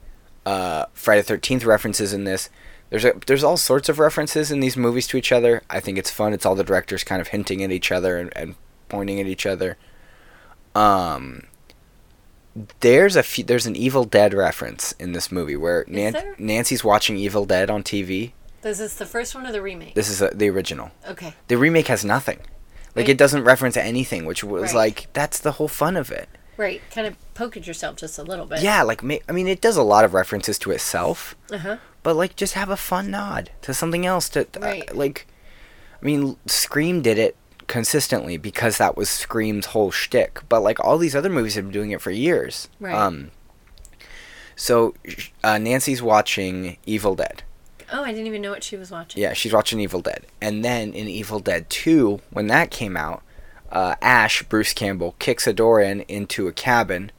Speaker 1: uh, Friday Thirteenth references in this. There's a, there's all sorts of references in these movies to each other. I think it's fun. It's all the directors kind of hinting at each other and, and pointing at each other. Um, there's a few, there's an Evil Dead reference in this movie where Nan-
Speaker 2: there?
Speaker 1: Nancy's watching Evil Dead on TV.
Speaker 2: This is the first one or the remake?
Speaker 1: This is uh the original.
Speaker 2: Okay.
Speaker 1: The remake has nothing. Like
Speaker 2: Right.
Speaker 1: it doesn't reference anything, which was
Speaker 2: Right.
Speaker 1: like that's the whole fun of it.
Speaker 2: Right. Kind of poke at yourself just a little bit.
Speaker 1: Yeah, like ma- I mean, it does a lot of references to itself,
Speaker 2: Uh-huh.
Speaker 1: but like just have a fun nod to something else. To uh,
Speaker 2: Right.
Speaker 1: like, I mean, Scream did it consistently because that was Scream's whole shtick. But like all these other movies have been doing it for years.
Speaker 2: Right.
Speaker 1: Um, so sh- uh, Nancy's watching Evil Dead.
Speaker 2: Oh, I didn't even know what she was watching.
Speaker 1: Yeah, she's watching Evil Dead. And then in Evil Dead 2, when that came out, uh, Ash, Bruce Campbell, kicks a door in into a cabin,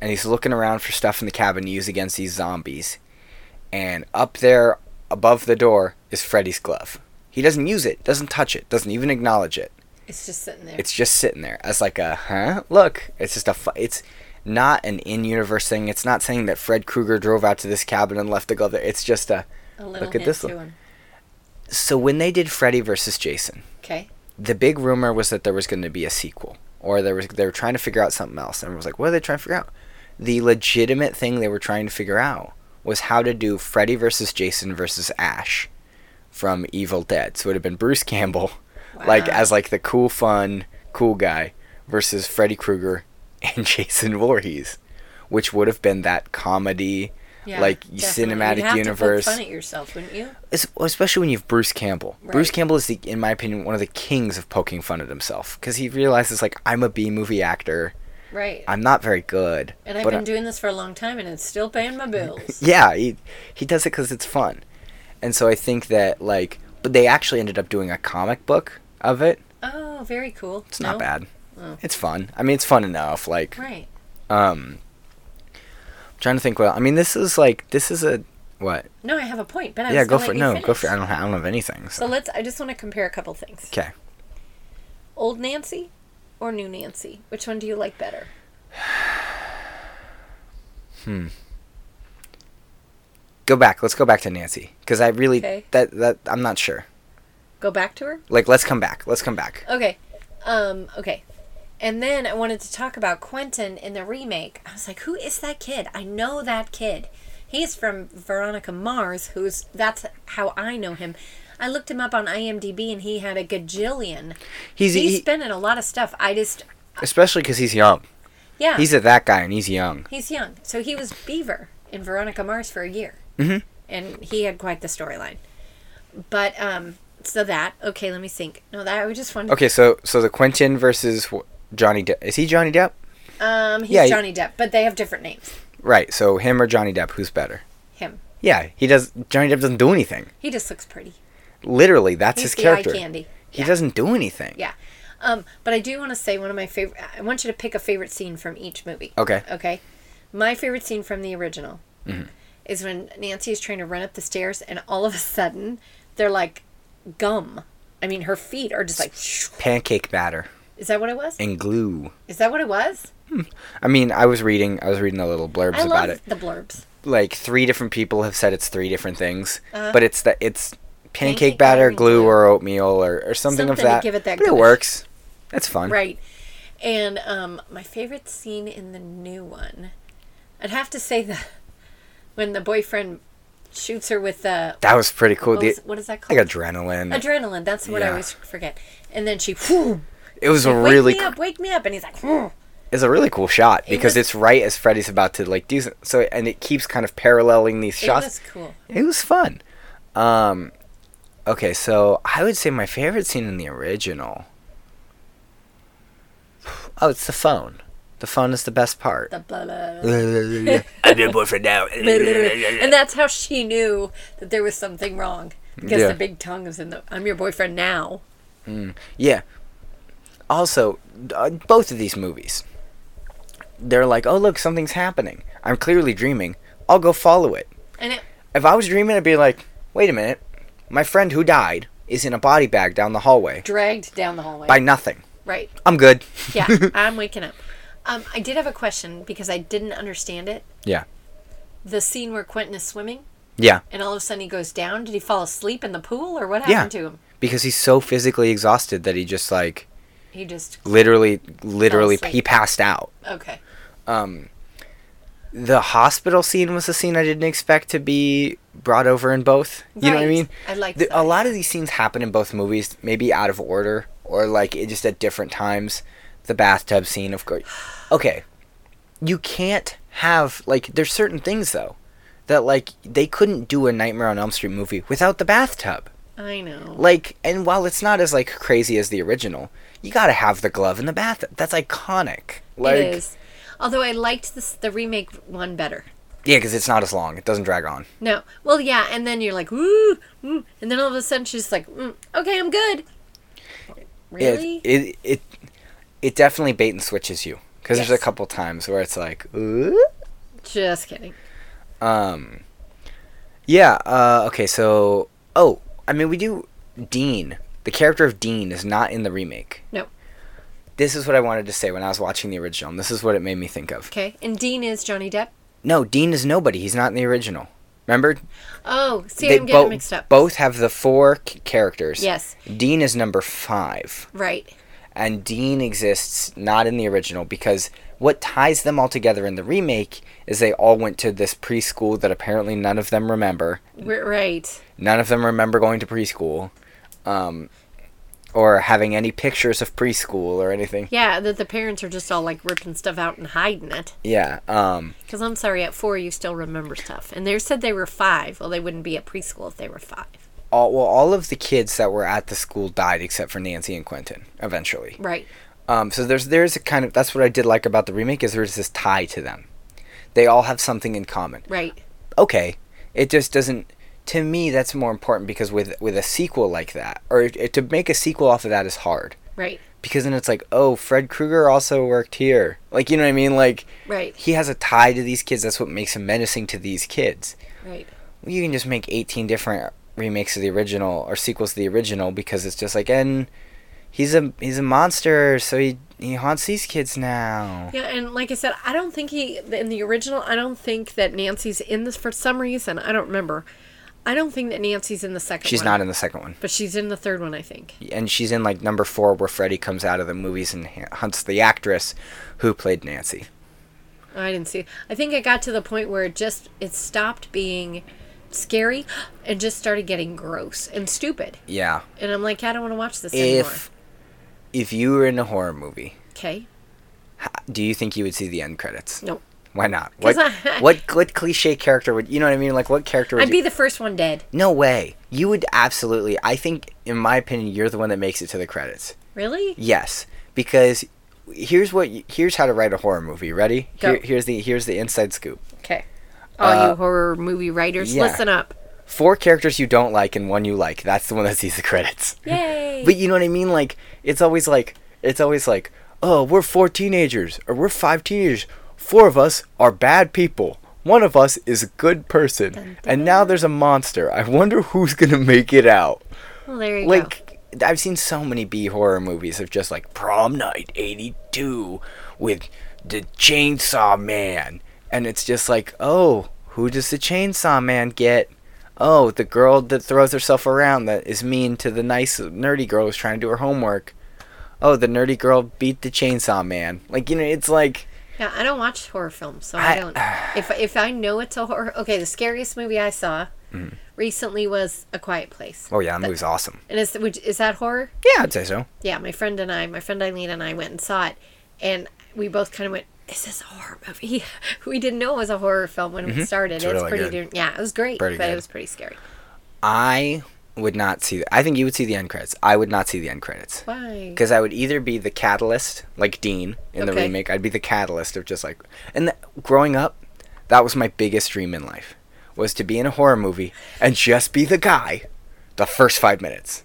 Speaker 1: and he's looking around for stuff in the cabin to use against these zombies. And up there, above the door, is Freddy's glove. He doesn't use it, doesn't touch it, doesn't even acknowledge it.
Speaker 2: It's just sitting there.
Speaker 1: It's just sitting there as like a, huh? Look, it's just a, fu- it's not an in-universe thing. It's not saying that Fred Krueger drove out to this cabin and left the glove there. It's just a,
Speaker 2: a little
Speaker 1: look at
Speaker 2: hint
Speaker 1: this
Speaker 2: to
Speaker 1: one.
Speaker 2: him.
Speaker 1: so when they did Freddy versus Jason,
Speaker 2: Okay.
Speaker 1: the big rumor was that there was going to be a sequel, or there was they were trying to figure out something else, and it was like, what are they trying to figure out? The legitimate thing they were trying to figure out was how to do Freddy versus Jason versus Ash from Evil Dead. So it would have been Bruce Campbell, like
Speaker 2: Wow.
Speaker 1: as like the cool, fun, cool guy, versus Freddy Krueger and <laughs> Jason Voorhees, which would have been that comedy, like
Speaker 2: definitely.
Speaker 1: cinematic
Speaker 2: You'd have
Speaker 1: universe
Speaker 2: To poke fun at yourself, wouldn't you?
Speaker 1: es- especially when you have Bruce Campbell. Bruce
Speaker 2: Right.
Speaker 1: Campbell is the, in my opinion, one of the kings of poking fun at himself because he realizes like I'm a B movie actor.
Speaker 2: Right.
Speaker 1: I'm not very good.
Speaker 2: and I've
Speaker 1: but
Speaker 2: been
Speaker 1: I-
Speaker 2: doing this for a long time, and it's still paying
Speaker 1: <laughs>
Speaker 2: my bills.
Speaker 1: yeah, he he does it because it's fun, and so I think that like, but they actually ended up doing a comic book of it.
Speaker 2: oh, very cool.
Speaker 1: It's not
Speaker 2: No?
Speaker 1: bad.
Speaker 2: Oh.
Speaker 1: It's fun. I mean, it's fun enough. Like,
Speaker 2: Right.
Speaker 1: um, trying to think. Well, I mean, this is like this is a what?
Speaker 2: No, I have a point, but I
Speaker 1: yeah,
Speaker 2: was
Speaker 1: go
Speaker 2: gonna
Speaker 1: for it.
Speaker 2: let you
Speaker 1: No, go
Speaker 2: finish.
Speaker 1: for it. I don't. ha- I don't have anything.
Speaker 2: So
Speaker 1: So.
Speaker 2: let's. I just want to compare a couple things.
Speaker 1: Okay.
Speaker 2: Old Nancy or new Nancy? Which one do you like better?
Speaker 1: Go back. Let's go back to Nancy because I really
Speaker 2: Okay.
Speaker 1: that that I'm not sure.
Speaker 2: Go back to her.
Speaker 1: Like, let's come back. Let's come back.
Speaker 2: Okay. Um. Okay. And then I wanted to talk about Quentin in the remake. I was like, who is that kid? I know that kid. He's from Veronica Mars, who's that's how I know him. I looked him up on IMDb and he had a gajillion.
Speaker 1: He's,
Speaker 2: He's
Speaker 1: he,
Speaker 2: been in a lot of stuff. I just,
Speaker 1: especially because he's young.
Speaker 2: yeah.
Speaker 1: He's a that guy, and he's young.
Speaker 2: He's young. So he was Beaver in Veronica Mars for a year.
Speaker 1: Mhm.
Speaker 2: And he had quite the storyline. But, um, so that, okay, let me think. No, that, I just wanted,
Speaker 1: Okay, so so the Quentin versus wh- Johnny Depp. Is he Johnny Depp?
Speaker 2: um, he's
Speaker 1: yeah, he-
Speaker 2: Johnny Depp, but they have different names.
Speaker 1: Right. So him or Johnny Depp, who's better?
Speaker 2: Him.
Speaker 1: Yeah, he does. Johnny Depp doesn't do anything.
Speaker 2: He just looks pretty.
Speaker 1: Literally, that's
Speaker 2: He's
Speaker 1: his
Speaker 2: the eye
Speaker 1: character.
Speaker 2: candy.
Speaker 1: He doesn't do anything.
Speaker 2: Yeah. Um, but I do want to say one of my favorite, I want you to pick a favorite scene from each movie.
Speaker 1: Okay.
Speaker 2: Okay. My favorite scene from the original
Speaker 1: Mm-hmm.
Speaker 2: is when Nancy is trying to run up the stairs and all of a sudden they're like gum. I mean, her feet are just like,
Speaker 1: Pancake batter
Speaker 2: is that what it was?
Speaker 1: and glue.
Speaker 2: Is that what it was?
Speaker 1: I mean, I was reading. I was reading the little blurbs
Speaker 2: I
Speaker 1: about
Speaker 2: love
Speaker 1: it. <laughs>
Speaker 2: the blurbs.
Speaker 1: Like three different people have said it's three different things, but it's that it's pancake,
Speaker 2: Uh-huh. Pancake batter
Speaker 1: batter,
Speaker 2: and
Speaker 1: glue,
Speaker 2: glue.
Speaker 1: or oatmeal, or, or something, of
Speaker 2: Something to
Speaker 1: that.
Speaker 2: give it that
Speaker 1: but it
Speaker 2: gush.
Speaker 1: works. It's fun.
Speaker 2: Right. And um, my favorite scene in the new one, I'd have to say the <laughs> when the boyfriend shoots her with the
Speaker 1: That was pretty cool.
Speaker 2: what,
Speaker 1: The-
Speaker 2: was- what is that called?
Speaker 1: like adrenaline.
Speaker 2: Adrenaline. That's what I
Speaker 1: Yeah.
Speaker 2: always forget. And then she, whew,
Speaker 1: it was a
Speaker 2: wake
Speaker 1: really
Speaker 2: me
Speaker 1: co-
Speaker 2: up, wake me up, and he's like, whew.
Speaker 1: it's a really cool shot because
Speaker 2: was-
Speaker 1: it's right as Freddy's about to like do so- so, and it keeps kind of paralleling these
Speaker 2: It
Speaker 1: shots.
Speaker 2: was cool.
Speaker 1: It was fun. Um, okay, so I would say my favorite scene in the original. Oh, it's the phone. The phone is the best part.
Speaker 2: The blah, blah, blah.
Speaker 1: I'm your boyfriend now.
Speaker 2: and that's how she knew that there was something wrong. Because
Speaker 1: Yeah.
Speaker 2: the big tongue is in the I'm your boyfriend now.
Speaker 1: <laughs> Yeah. Also, uh, both of these movies, they're like, oh, look, something's happening. I'm clearly dreaming. I'll go follow it.
Speaker 2: And it
Speaker 1: If I was dreaming, I'd be like, wait a minute. My friend who died is in a body bag down the hallway
Speaker 2: dragged down the hallway.
Speaker 1: by nothing.
Speaker 2: Right.
Speaker 1: I'm good.
Speaker 2: Yeah. I'm waking up. Um, I did have a question because I didn't understand it.
Speaker 1: <laughs> Yeah.
Speaker 2: The scene where Quentin is swimming
Speaker 1: Yeah.
Speaker 2: and all of a sudden he goes down. Did he fall asleep in the pool or what
Speaker 1: Yeah.
Speaker 2: happened to him?
Speaker 1: Because he's so physically exhausted that he just, like,
Speaker 2: He just
Speaker 1: literally, literally,
Speaker 2: asleep.
Speaker 1: he passed out.
Speaker 2: okay.
Speaker 1: The hospital scene was a scene I didn't expect to be brought over in both. You know what I
Speaker 2: Right.
Speaker 1: mean?
Speaker 2: I like
Speaker 1: the,
Speaker 2: that.
Speaker 1: a lot of these scenes happen in both movies, maybe out of order or like it just at different times. The bathtub scene, of course. Okay, you can't have like there's certain things though that like they couldn't do a Nightmare on Elm Street movie without the bathtub.
Speaker 2: I know.
Speaker 1: Like, and while it's not as like crazy as the original, you gotta have the glove in the bathtub. That's iconic. Like,
Speaker 2: it is. Although I liked this, the remake one better.
Speaker 1: yeah, because it's not as long. It doesn't drag on.
Speaker 2: No. Well, yeah, and then you're like, ooh, mm, and then all of a sudden she's like, mm, okay, I'm good.
Speaker 1: Yeah,
Speaker 2: Really?
Speaker 1: It, it it it definitely bait and switches you because there's
Speaker 2: Yes.
Speaker 1: a couple times where it's like, "Ooh."
Speaker 2: Just kidding.
Speaker 1: um, yeah. Uh, okay, so oh, I mean, we do Dean. The character of Dean is not in the remake.
Speaker 2: No.
Speaker 1: This is what I wanted to say when I was watching the original. And this is what it made me think of.
Speaker 2: Okay. And Dean is Johnny Depp.
Speaker 1: No, Dean is nobody. He's not in the original. Remember,
Speaker 2: Oh, see,
Speaker 1: They
Speaker 2: I'm getting
Speaker 1: bo-
Speaker 2: mixed up.
Speaker 1: Both have the four c- characters.
Speaker 2: Yes.
Speaker 1: Dean is number five.
Speaker 2: Right.
Speaker 1: and Dean exists not in the original because what ties them all together in the remake is they all went to this preschool that apparently none of them remember.
Speaker 2: We're, right.
Speaker 1: None of them remember going to preschool, um, or having any pictures of preschool or anything.
Speaker 2: Yeah, that the parents are just all like ripping stuff out and hiding it.
Speaker 1: Yeah. Um,
Speaker 2: Because I'm sorry, at four you still remember stuff. And they said they were five. Well, they wouldn't be at preschool if they were five.
Speaker 1: all, well, all of the kids that were at the school died except for Nancy and Quentin eventually.
Speaker 2: Right.
Speaker 1: Um, so there's there's a kind of that's what I did like about the remake is there's this tie to them. They all have something in common.
Speaker 2: Right.
Speaker 1: okay it just doesn't to me that's more important because with with a sequel like that or it, to make a sequel off of that is hard
Speaker 2: Right.
Speaker 1: because then it's like oh fred krueger also worked here like you know what i mean like
Speaker 2: Right.
Speaker 1: he has a tie to these kids that's what makes him menacing to these kids
Speaker 2: Right.
Speaker 1: you can just make 18 different remakes of the original or sequels to the original because it's just like and he's a he's a monster so he he haunts these kids now
Speaker 2: Yeah, and like I said, I don't think he in the original. I don't think that Nancy's in this for some reason. I don't remember. I don't think that Nancy's in the second.
Speaker 1: she's
Speaker 2: one,
Speaker 1: not in the second one
Speaker 2: but she's in the third one. I think.
Speaker 1: and she's in like number four where Freddy comes out of the movies and ha- hunts the actress who played Nancy.
Speaker 2: I didn't see. I think I got to the point where it just it stopped being scary and just started getting gross and stupid.
Speaker 1: Yeah.
Speaker 2: And I'm like, I don't want to watch this anymore.
Speaker 1: If if you were in a horror movie,
Speaker 2: Okay.
Speaker 1: h- do you think you would see the end credits?
Speaker 2: Nope.
Speaker 1: Why not?
Speaker 2: 'Cause
Speaker 1: What,
Speaker 2: I- <laughs>
Speaker 1: what what cliche character would you know what I mean? Like what character would
Speaker 2: I'd
Speaker 1: you,
Speaker 2: be the first one dead.
Speaker 1: No way. You would absolutely I think in my opinion you're the one that makes it to the credits.
Speaker 2: Really?
Speaker 1: Yes, because here's what y- here's how to write a horror movie. Ready?
Speaker 2: Go.
Speaker 1: Here, here's the here's the inside scoop.
Speaker 2: Okay. All you horror movie writers,
Speaker 1: Uh, yeah.
Speaker 2: listen up.
Speaker 1: Four characters you don't like and one you like. That's the one that sees the credits. <laughs>
Speaker 2: Yay.
Speaker 1: But you know what I mean? Like it's always like it's always like, oh, we're four teenagers or we're five teenagers. Four of us are bad people. One of us is a good person. And now there's a monster. I wonder who's gonna make it out.
Speaker 2: well, there you go.
Speaker 1: Like I've seen so many B horror movies of just like prom night eighty two with the chainsaw man and it's just like, oh, who does the chainsaw man get? Oh, the girl that throws herself around that is mean to the nice nerdy girl who's trying to do her homework. Oh, the nerdy girl beat the chainsaw man. Like you know, it's like
Speaker 2: Yeah, I don't watch horror films, so I,
Speaker 1: I-
Speaker 2: don't. If if I know it's a horror, okay. The scariest movie I saw
Speaker 1: Mm.
Speaker 2: recently was A Quiet Place,
Speaker 1: Oh yeah, that movie's awesome.
Speaker 2: and is which is that horror?
Speaker 1: Yeah, I'd say so.
Speaker 2: Yeah, my friend and I, my friend Eileen and I went and saw it, and we both kind of went, "Is this a horror movie?" <laughs> we didn't know it was a horror film when we started. It's,
Speaker 1: Mm-hmm. really
Speaker 2: pretty,
Speaker 1: good.
Speaker 2: good. yeah, it was great,
Speaker 1: Pretty
Speaker 2: but
Speaker 1: good.
Speaker 2: it was pretty scary.
Speaker 1: I would not see I think you would see the end credits. I would not see the end credits.
Speaker 2: Why?
Speaker 1: Because I would either be the catalyst, like Dean in the
Speaker 2: Okay.
Speaker 1: remake, I'd be the catalyst of just like, and th- growing up, that was my biggest dream in life, was to be in a horror movie and just be the guy the first five minutes.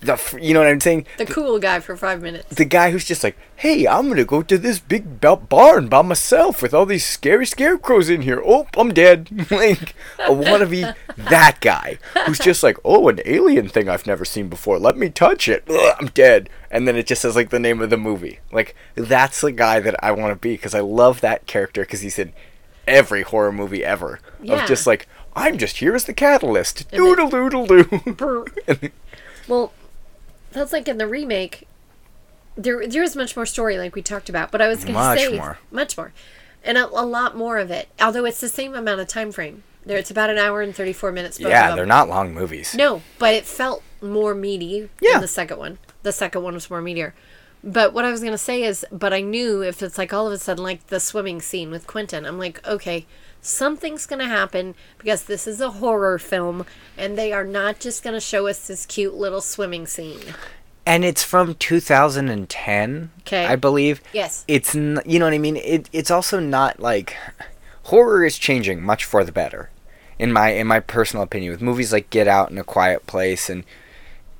Speaker 1: The f- you know what I'm saying?
Speaker 2: The cool guy for five minutes.
Speaker 1: The guy who's just like, hey, I'm gonna go to this big ba- barn by myself with all these scary scarecrows in here. Oh, I'm dead. <laughs> like, I want to be that guy who's just like, oh, an alien thing I've never seen before. Let me touch it. Ugh, I'm dead. And then it just says like the name of the movie. Like, that's the guy that I want to be because I love that character because he's in every horror movie ever.
Speaker 2: Yeah.
Speaker 1: Of just like, I'm just here as the catalyst.
Speaker 2: And then-
Speaker 1: Doodle doodle doo. <laughs>
Speaker 2: Brr. well, that's like in the remake. There, there is much more story, like we talked about. But I was going
Speaker 1: Much
Speaker 2: to say
Speaker 1: more.
Speaker 2: much more, and a, a lot more of it. Although it's the same amount of time frame. There, it's about an hour and thirty-four minutes. both of
Speaker 1: Yeah,
Speaker 2: them.
Speaker 1: they're not long movies.
Speaker 2: No, but it felt more meaty
Speaker 1: Yeah.
Speaker 2: than the second one. The second one was more meatier. But what I was gonna say is, but I knew if it's like all of a sudden, like the swimming scene with Quentin, I'm like, okay, something's gonna happen because this is a horror film, and they are not just gonna show us this cute little swimming scene.
Speaker 1: and it's from 2010
Speaker 2: 'Kay.
Speaker 1: i believe
Speaker 2: Yes.
Speaker 1: it's n- you know what i mean it, it's also not like horror is changing much for the better in my in my personal opinion with movies like get out in a quiet place and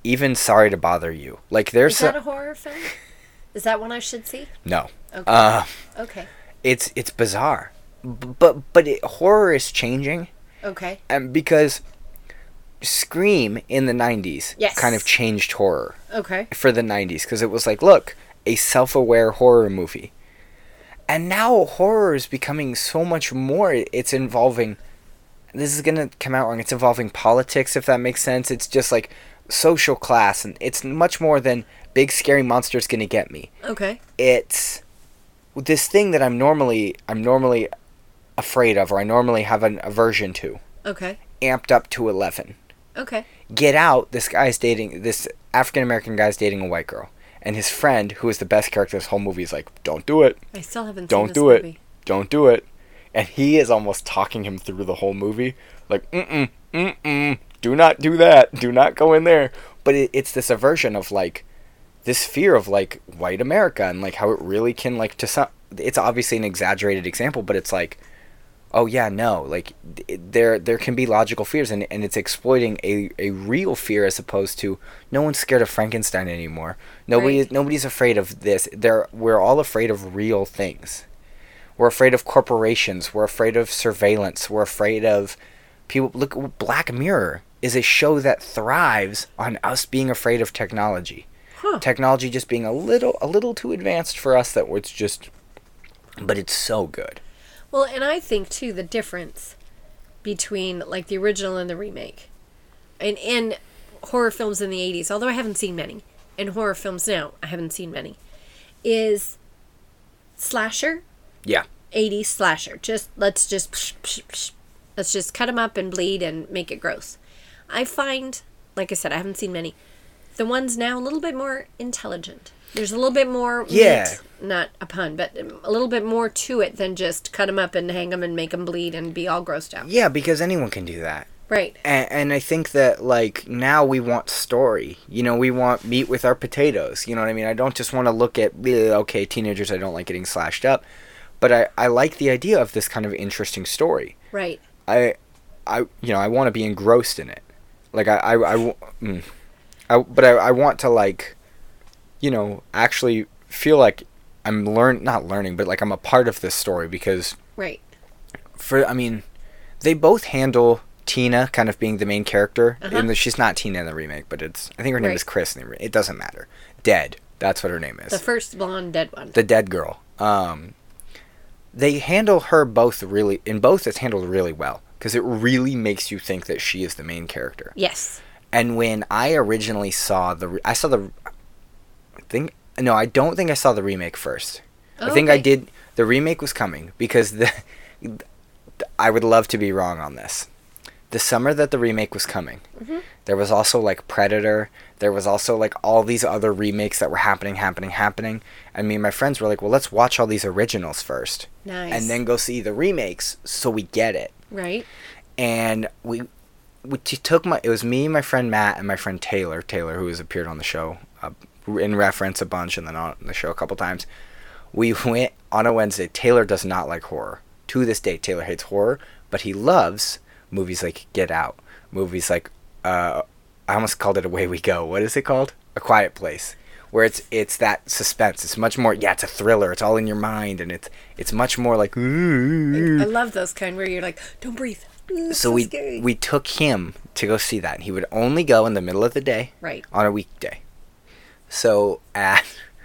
Speaker 1: even sorry to bother you like there's
Speaker 2: Is that
Speaker 1: a-
Speaker 2: a horror film? Is that one I should see?
Speaker 1: no
Speaker 2: Okay.
Speaker 1: uh,
Speaker 2: okay.
Speaker 1: it's it's bizarre B- but but it, horror is changing
Speaker 2: Okay.
Speaker 1: and because scream in the 90s
Speaker 2: Yes.
Speaker 1: kind of changed horror
Speaker 2: Okay.
Speaker 1: for the 90s because it was like, look, a self aware horror movie. And now horror is becoming so much more. It's involving. This is going to come out wrong. It's involving politics, if that makes sense. It's just like social class, and it's much more than big scary monster's going to get me.
Speaker 2: Okay.
Speaker 1: It's this thing that I'm normally I'm normally afraid of, or I normally have an aversion to,
Speaker 2: Okay.
Speaker 1: amped up to eleven.
Speaker 2: Okay.
Speaker 1: Get Out, this guy's dating this African American guy's dating a white girl, and his friend, who is the best character in this whole movie, is like, "Don't do it,
Speaker 2: I still haven't seen
Speaker 1: don't
Speaker 2: this
Speaker 1: do it,
Speaker 2: movie.
Speaker 1: don't do it," and he is almost talking him through the whole movie, like, "Mm mm mm mm, do not do that, do not go in there." But it, it's this aversion of like this fear of like white America and like how it really can like to some. It's obviously an exaggerated example, but it's like. Oh yeah, no. Like th- there, there can be logical fears, and, and it's exploiting a, a real fear as opposed to no one's scared of Frankenstein anymore. Nobody,
Speaker 2: Right.
Speaker 1: nobody's afraid of this. There, we're all afraid of real things. We're afraid of corporations. We're afraid of surveillance. We're afraid of people. Look, Black Mirror is a show that thrives on us being afraid of technology.
Speaker 2: Huh.
Speaker 1: Technology just being a little, a little too advanced for us. That it's just, but it's so good.
Speaker 2: Well, and I think too the difference between like the original and the remake, and in horror films in the '80s, although I haven't seen many, and horror films now, I haven't seen many, is slasher
Speaker 1: Yeah.
Speaker 2: 80s slasher. Just let's just psh, psh, psh. let's just cut them up and bleed and make it gross. I find, like I said, I haven't seen many. The ones now a little bit more intelligent. There's a little bit more.
Speaker 1: Yeah.
Speaker 2: meat- not a pun, but a little bit more to it than just cut them up and hang them and make them bleed and be all grossed out.
Speaker 1: Yeah, because anyone can do that.
Speaker 2: Right.
Speaker 1: And, and I think that, like, now we want story. You know, we want meat with our potatoes. You know what I mean? I don't just want to look at, "Bleh, okay, teenagers, I don't like getting slashed up. But I, I like the idea of this kind of interesting story.
Speaker 2: Right.
Speaker 1: I, I you know, I want to be engrossed in it. Like, I, I, I, w- mm. I- but I, I want to, like, you know, actually feel like I'm learn not learning, but like I'm a part of this story because
Speaker 2: Right.
Speaker 1: for I mean, they both handle Tina kind of being the main character.
Speaker 2: Uh-huh.
Speaker 1: And she's not Tina in the remake, but it's I think her name
Speaker 2: Right.
Speaker 1: is Chris. In the re- it doesn't matter. Dead. That's what her name is.
Speaker 2: The first blonde dead one.
Speaker 1: the dead girl. Um, they handle her both really in both. It's handled really well because it really makes you think that she is the main character.
Speaker 2: yes.
Speaker 1: And when I originally saw the, re- I saw the, I think no, I don't think I saw the remake first. I think I
Speaker 2: Okay.
Speaker 1: did. The remake was coming because the, I would love to be wrong on this. The summer that the remake was coming,
Speaker 2: Mm-hmm.
Speaker 1: there was also like Predator. There was also like all these other remakes that were happening, happening, happening. And me and my friends were like, well, let's watch all these originals first,
Speaker 2: Nice.
Speaker 1: and then go see the remakes so we get it
Speaker 2: Right.
Speaker 1: and we we t- took my it was me my friend matt and my friend taylor taylor who has appeared on the show uh, in reference a bunch and then on the show a couple times we <laughs> went on a wednesday taylor does not like horror to this day taylor hates horror but he loves movies like get out movies like uh, I almost called it Away We Go. What is it called? A Quiet Place, where it's it's that suspense. It's much more. Yeah, it's a thriller. It's all in your mind, and it's it's much more like.
Speaker 2: I love those kind where you're like, don't breathe. Ooh, it's
Speaker 1: So we
Speaker 2: scary.
Speaker 1: we took him to go see that. He would only go in the middle of the day
Speaker 2: right.
Speaker 1: on a weekday. So at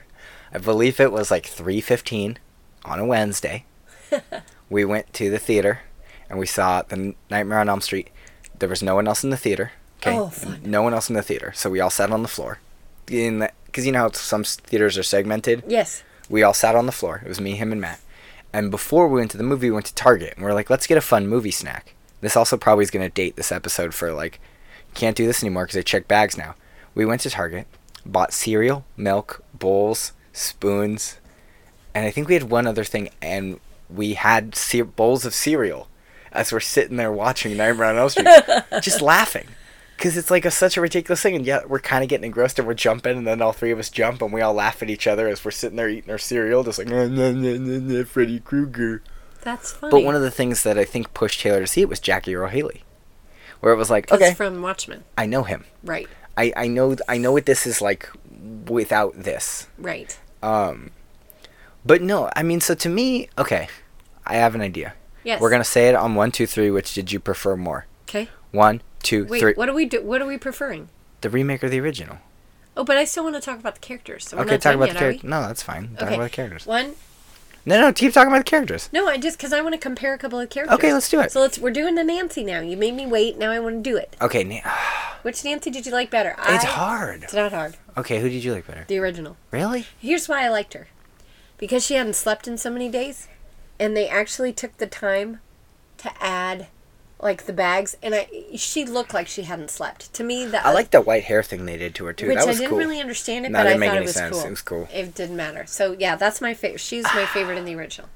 Speaker 1: <laughs> I believe it was like 3:15 on a
Speaker 2: <laughs>
Speaker 1: Wednesday, we went to the theater and we saw The Nightmare on Elm Street. There was no one else in the theater. Okay.
Speaker 2: Oh, fun.
Speaker 1: No one else in the theater. So we all sat on the floor. In the, cuz you know how some theaters are segmented.
Speaker 2: Yes.
Speaker 1: We all sat on the floor. It was me, him, and Matt. And before we went to the movie, we went to Target and we are like, let's get a fun movie snack. This also probably is going to date this episode for like, can't do this anymore because I check bags now. We went to Target, bought cereal, milk, bowls, spoons, and I think we had one other thing. And we had ce- bowls of cereal as we're sitting there watching Nightmare on Elm Street, just laughing. Because it's like a, such a ridiculous thing, and yet we're kind of getting engrossed and we're jumping, and then all three of us jump and we all laugh at each other as we're sitting there eating our cereal, just like, nah, nah, nah, nah, nah, Freddy Krueger.
Speaker 2: That's funny.
Speaker 1: But one of the things that I think pushed Taylor to see it was Jackie Earl Haley, where it was like,
Speaker 2: 'Cause
Speaker 1: okay,
Speaker 2: from Watchmen.
Speaker 1: I know him.
Speaker 2: Right.
Speaker 1: I, I know I know what this is like without this.
Speaker 2: Right.
Speaker 1: Um, but no, I mean, so to me, okay, I have an idea.
Speaker 2: Yes.
Speaker 1: We're gonna say it on one, two, three. Which did you prefer more?
Speaker 2: Okay.
Speaker 1: One, two, three.
Speaker 2: Wait. What are we do? What are we preferring?
Speaker 1: The remake or the original?
Speaker 2: Oh, but I still want to talk about the characters. So we're
Speaker 1: okay,
Speaker 2: not
Speaker 1: talk
Speaker 2: done
Speaker 1: about
Speaker 2: yet,
Speaker 1: the
Speaker 2: are we?
Speaker 1: characters. No, that's fine. Talk
Speaker 2: Okay.
Speaker 1: about the characters.
Speaker 2: One.
Speaker 1: No, no, keep talking about the characters.
Speaker 2: No, I just because I want to compare a couple of characters.
Speaker 1: Okay, let's do it.
Speaker 2: So let's. We're doing the Nancy now. You made me wait. Now I want to do it.
Speaker 1: Okay, na-
Speaker 2: Which Nancy did you like better?
Speaker 1: <sighs> it's
Speaker 2: I,
Speaker 1: hard.
Speaker 2: It's not hard.
Speaker 1: Okay, who did you like better?
Speaker 2: The original.
Speaker 1: Really?
Speaker 2: Here's why I liked her. Because she hadn't slept in so many days and they actually took the time to add like the bags and I she looked like she hadn't slept. To me the
Speaker 1: I like the white hair thing they did to her too.
Speaker 2: which
Speaker 1: that
Speaker 2: I
Speaker 1: was
Speaker 2: didn't
Speaker 1: cool.
Speaker 2: really understand it,
Speaker 1: No, it
Speaker 2: but I
Speaker 1: didn't make
Speaker 2: thought it
Speaker 1: any
Speaker 2: was
Speaker 1: sense.
Speaker 2: cool.
Speaker 1: It was cool.
Speaker 2: It didn't matter. So yeah, that's my favorite. She's my favorite in the original.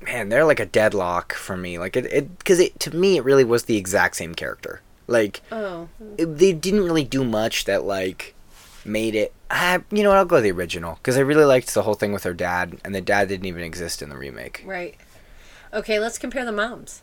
Speaker 1: Man, they're like a deadlock for me. Like it, it, because it to me it really was the exact same character. Like
Speaker 2: Oh,
Speaker 1: it, they didn't really do much that like made it. I, you know what? I'll go with the original because I really liked the whole thing with her dad, and the dad didn't even exist in the remake.
Speaker 2: right. Okay, let's compare the moms.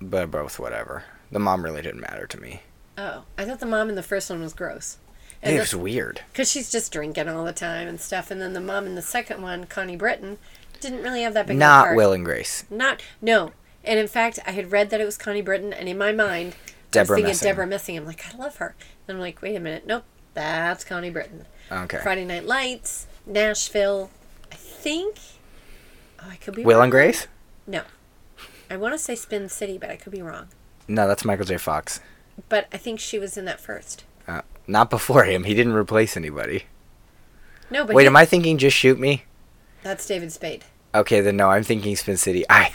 Speaker 1: But both, whatever. The mom really didn't matter to me.
Speaker 2: Oh, I thought the mom in the first one was gross.
Speaker 1: It
Speaker 2: And
Speaker 1: was weird.
Speaker 2: because she's just drinking all the time and stuff, and then the mom in the second one, Connie Britton, didn't really have that big. of a
Speaker 1: Not
Speaker 2: part.
Speaker 1: Will and Grace.
Speaker 2: Not no. And in fact, I had read that it was Connie Britton, and in my mind,
Speaker 1: Deborah
Speaker 2: I was thinking
Speaker 1: Messing.
Speaker 2: Deborah Messing. I'm like, I love her. And I'm like, wait a minute, nope, that's Connie Britton.
Speaker 1: Okay.
Speaker 2: Friday Night Lights, Nashville, I think. Oh, I could be
Speaker 1: Will
Speaker 2: wrong.
Speaker 1: and Grace?
Speaker 2: No, I want to say Spin City, but I could be wrong.
Speaker 1: No, that's Michael J. Fox.
Speaker 2: But I think she was in that first.
Speaker 1: Uh, not before him. He didn't replace anybody.
Speaker 2: No, but
Speaker 1: Wait,
Speaker 2: he-
Speaker 1: am I thinking Just Shoot Me?
Speaker 2: that's David Spade.
Speaker 1: Okay, then no, I'm thinking Spin City.
Speaker 2: <laughs>
Speaker 1: I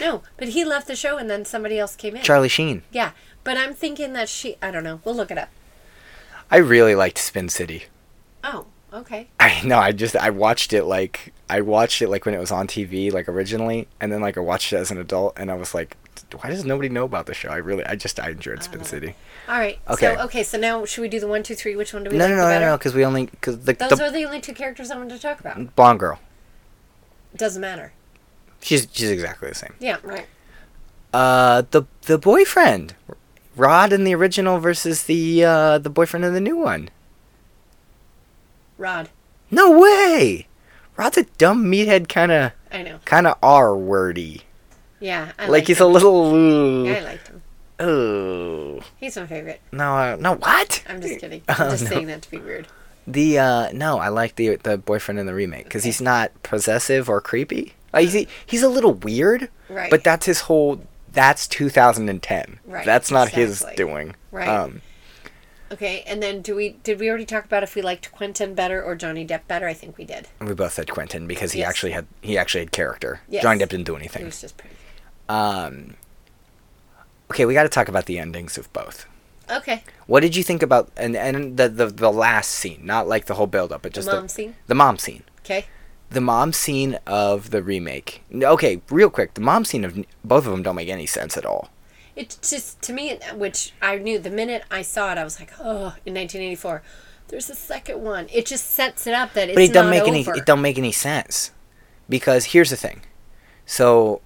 Speaker 2: No, but he left the show, and then somebody else came in.
Speaker 1: Charlie Sheen.
Speaker 2: Yeah, but I'm thinking that she. I don't know. We'll look it up.
Speaker 1: I really liked Spin City.
Speaker 2: Oh, okay.
Speaker 1: I <laughs> know. I just I watched it like I watched it like when it was on TV like originally, and then like I watched it as an adult, and I was like, why does nobody know about the show? I really I just I enjoyed
Speaker 2: Uh,
Speaker 1: Spin City.
Speaker 2: All right.
Speaker 1: Okay.
Speaker 2: So okay. So now should we do the one, two, three? Which one do we
Speaker 1: No,
Speaker 2: like
Speaker 1: no,
Speaker 2: the
Speaker 1: no, no,
Speaker 2: better?
Speaker 1: no, because we only because the,
Speaker 2: Those
Speaker 1: the Mm.
Speaker 2: are the only two characters I wanted to talk about.
Speaker 1: blonde girl.
Speaker 2: Doesn't matter.
Speaker 1: She's she's exactly the same.
Speaker 2: Yeah. Right.
Speaker 1: Uh, the the boyfriend, Rod in the original versus the uh the boyfriend in the new one.
Speaker 2: Rod.
Speaker 1: No way. Rod's a dumb meathead kind of
Speaker 2: I know.
Speaker 1: kind of R wordy.
Speaker 2: Yeah. I
Speaker 1: Like, he's a
Speaker 2: him.
Speaker 1: little.
Speaker 2: Yeah, I
Speaker 1: Ooh,
Speaker 2: liked him.
Speaker 1: ooh.
Speaker 2: He's my favorite.
Speaker 1: No, I, no. What?
Speaker 2: I'm
Speaker 1: <laughs>
Speaker 2: just kidding.
Speaker 1: Oh,
Speaker 2: I'm just
Speaker 1: no.
Speaker 2: saying that to be weird.
Speaker 1: The uh no, I like the the boyfriend in the remake because he's not possessive or creepy. Like he's he's a little weird,
Speaker 2: Right.
Speaker 1: but that's his whole. That's 2010.
Speaker 2: Right,
Speaker 1: That's not his
Speaker 2: exactly.
Speaker 1: doing.
Speaker 2: Right.
Speaker 1: Um,
Speaker 2: Okay. And then do we did we already talk about if we liked Quentin better or Johnny Depp better? I think we did.
Speaker 1: and we both said Quentin because he
Speaker 2: Yes.
Speaker 1: actually had he actually had character.
Speaker 2: Yes.
Speaker 1: Johnny Depp didn't do
Speaker 2: He
Speaker 1: anything.
Speaker 2: was just pretty.
Speaker 1: Um. Okay, we got to talk about the endings of both.
Speaker 2: Okay.
Speaker 1: What did you think about and and the the, the last scene? Not like the whole build up, but just
Speaker 2: mom scene?
Speaker 1: The mom scene.
Speaker 2: Okay.
Speaker 1: the mom scene of the remake. N- Okay, real quick, the mom scene of both of them don't make any sense at all.
Speaker 2: It's just to me, which I knew the minute I saw it, I was like, oh, in 1984, there's a second one. It just sets it up that it's
Speaker 1: But it
Speaker 2: not
Speaker 1: don't make any
Speaker 2: over.
Speaker 1: it don't make any sense because here's the thing. So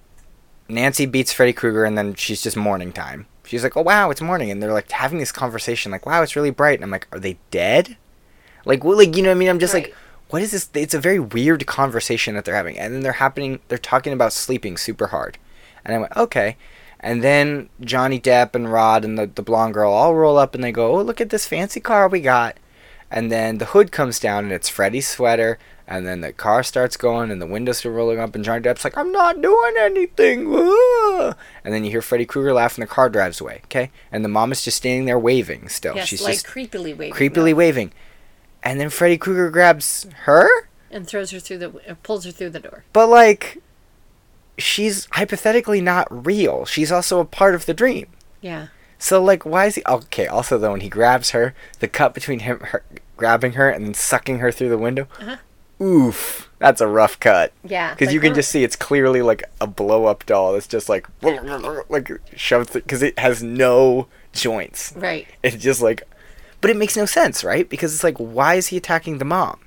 Speaker 1: Nancy beats Freddy Krueger and then she's just mourning time. She's like, "Oh wow, it's morning," and they're like having this conversation, like, "Wow, it's really bright." And I'm like, "Are they dead?" Like, well, like you know what I mean? I'm just
Speaker 2: Right.
Speaker 1: like, "What is this?" It's a very weird conversation that they're having, and then they're happening. They're talking about sleeping super hard, and I went, "Okay." And then Johnny Depp and Rod and the the blonde girl all roll up, and they go, "Oh, look at this fancy car we got." And then the hood comes down, and it's Freddy's sweater. And then the car starts going, and the windows are rolling up, and Johnny Depp's like, "I'm not doing anything." Ah. And then you hear Freddy Krueger laugh, and the car drives away. Okay, and the mom is just standing there waving still.
Speaker 2: yes,
Speaker 1: She's
Speaker 2: like
Speaker 1: just
Speaker 2: creepily waving.
Speaker 1: creepily
Speaker 2: though,
Speaker 1: waving. And then Freddy Krueger grabs her,
Speaker 2: and throws her through the uh, pulls her through the door.
Speaker 1: but like, she's hypothetically not real. She's also a part of the dream.
Speaker 2: Yeah.
Speaker 1: So like, why is he? Okay. Also, though, when he grabs her, the cut between him her, grabbing her and then sucking her through the window. Oof, that's a rough cut.
Speaker 2: Uh-huh. Yeah.
Speaker 1: Because
Speaker 2: like,
Speaker 1: you can
Speaker 2: oh,
Speaker 1: just see it's clearly like a blow up doll that's just like <laughs> like shoved because it has no joints.
Speaker 2: Right.
Speaker 1: It's just like, but it makes no sense, right? Because it's like, why is he attacking the mom?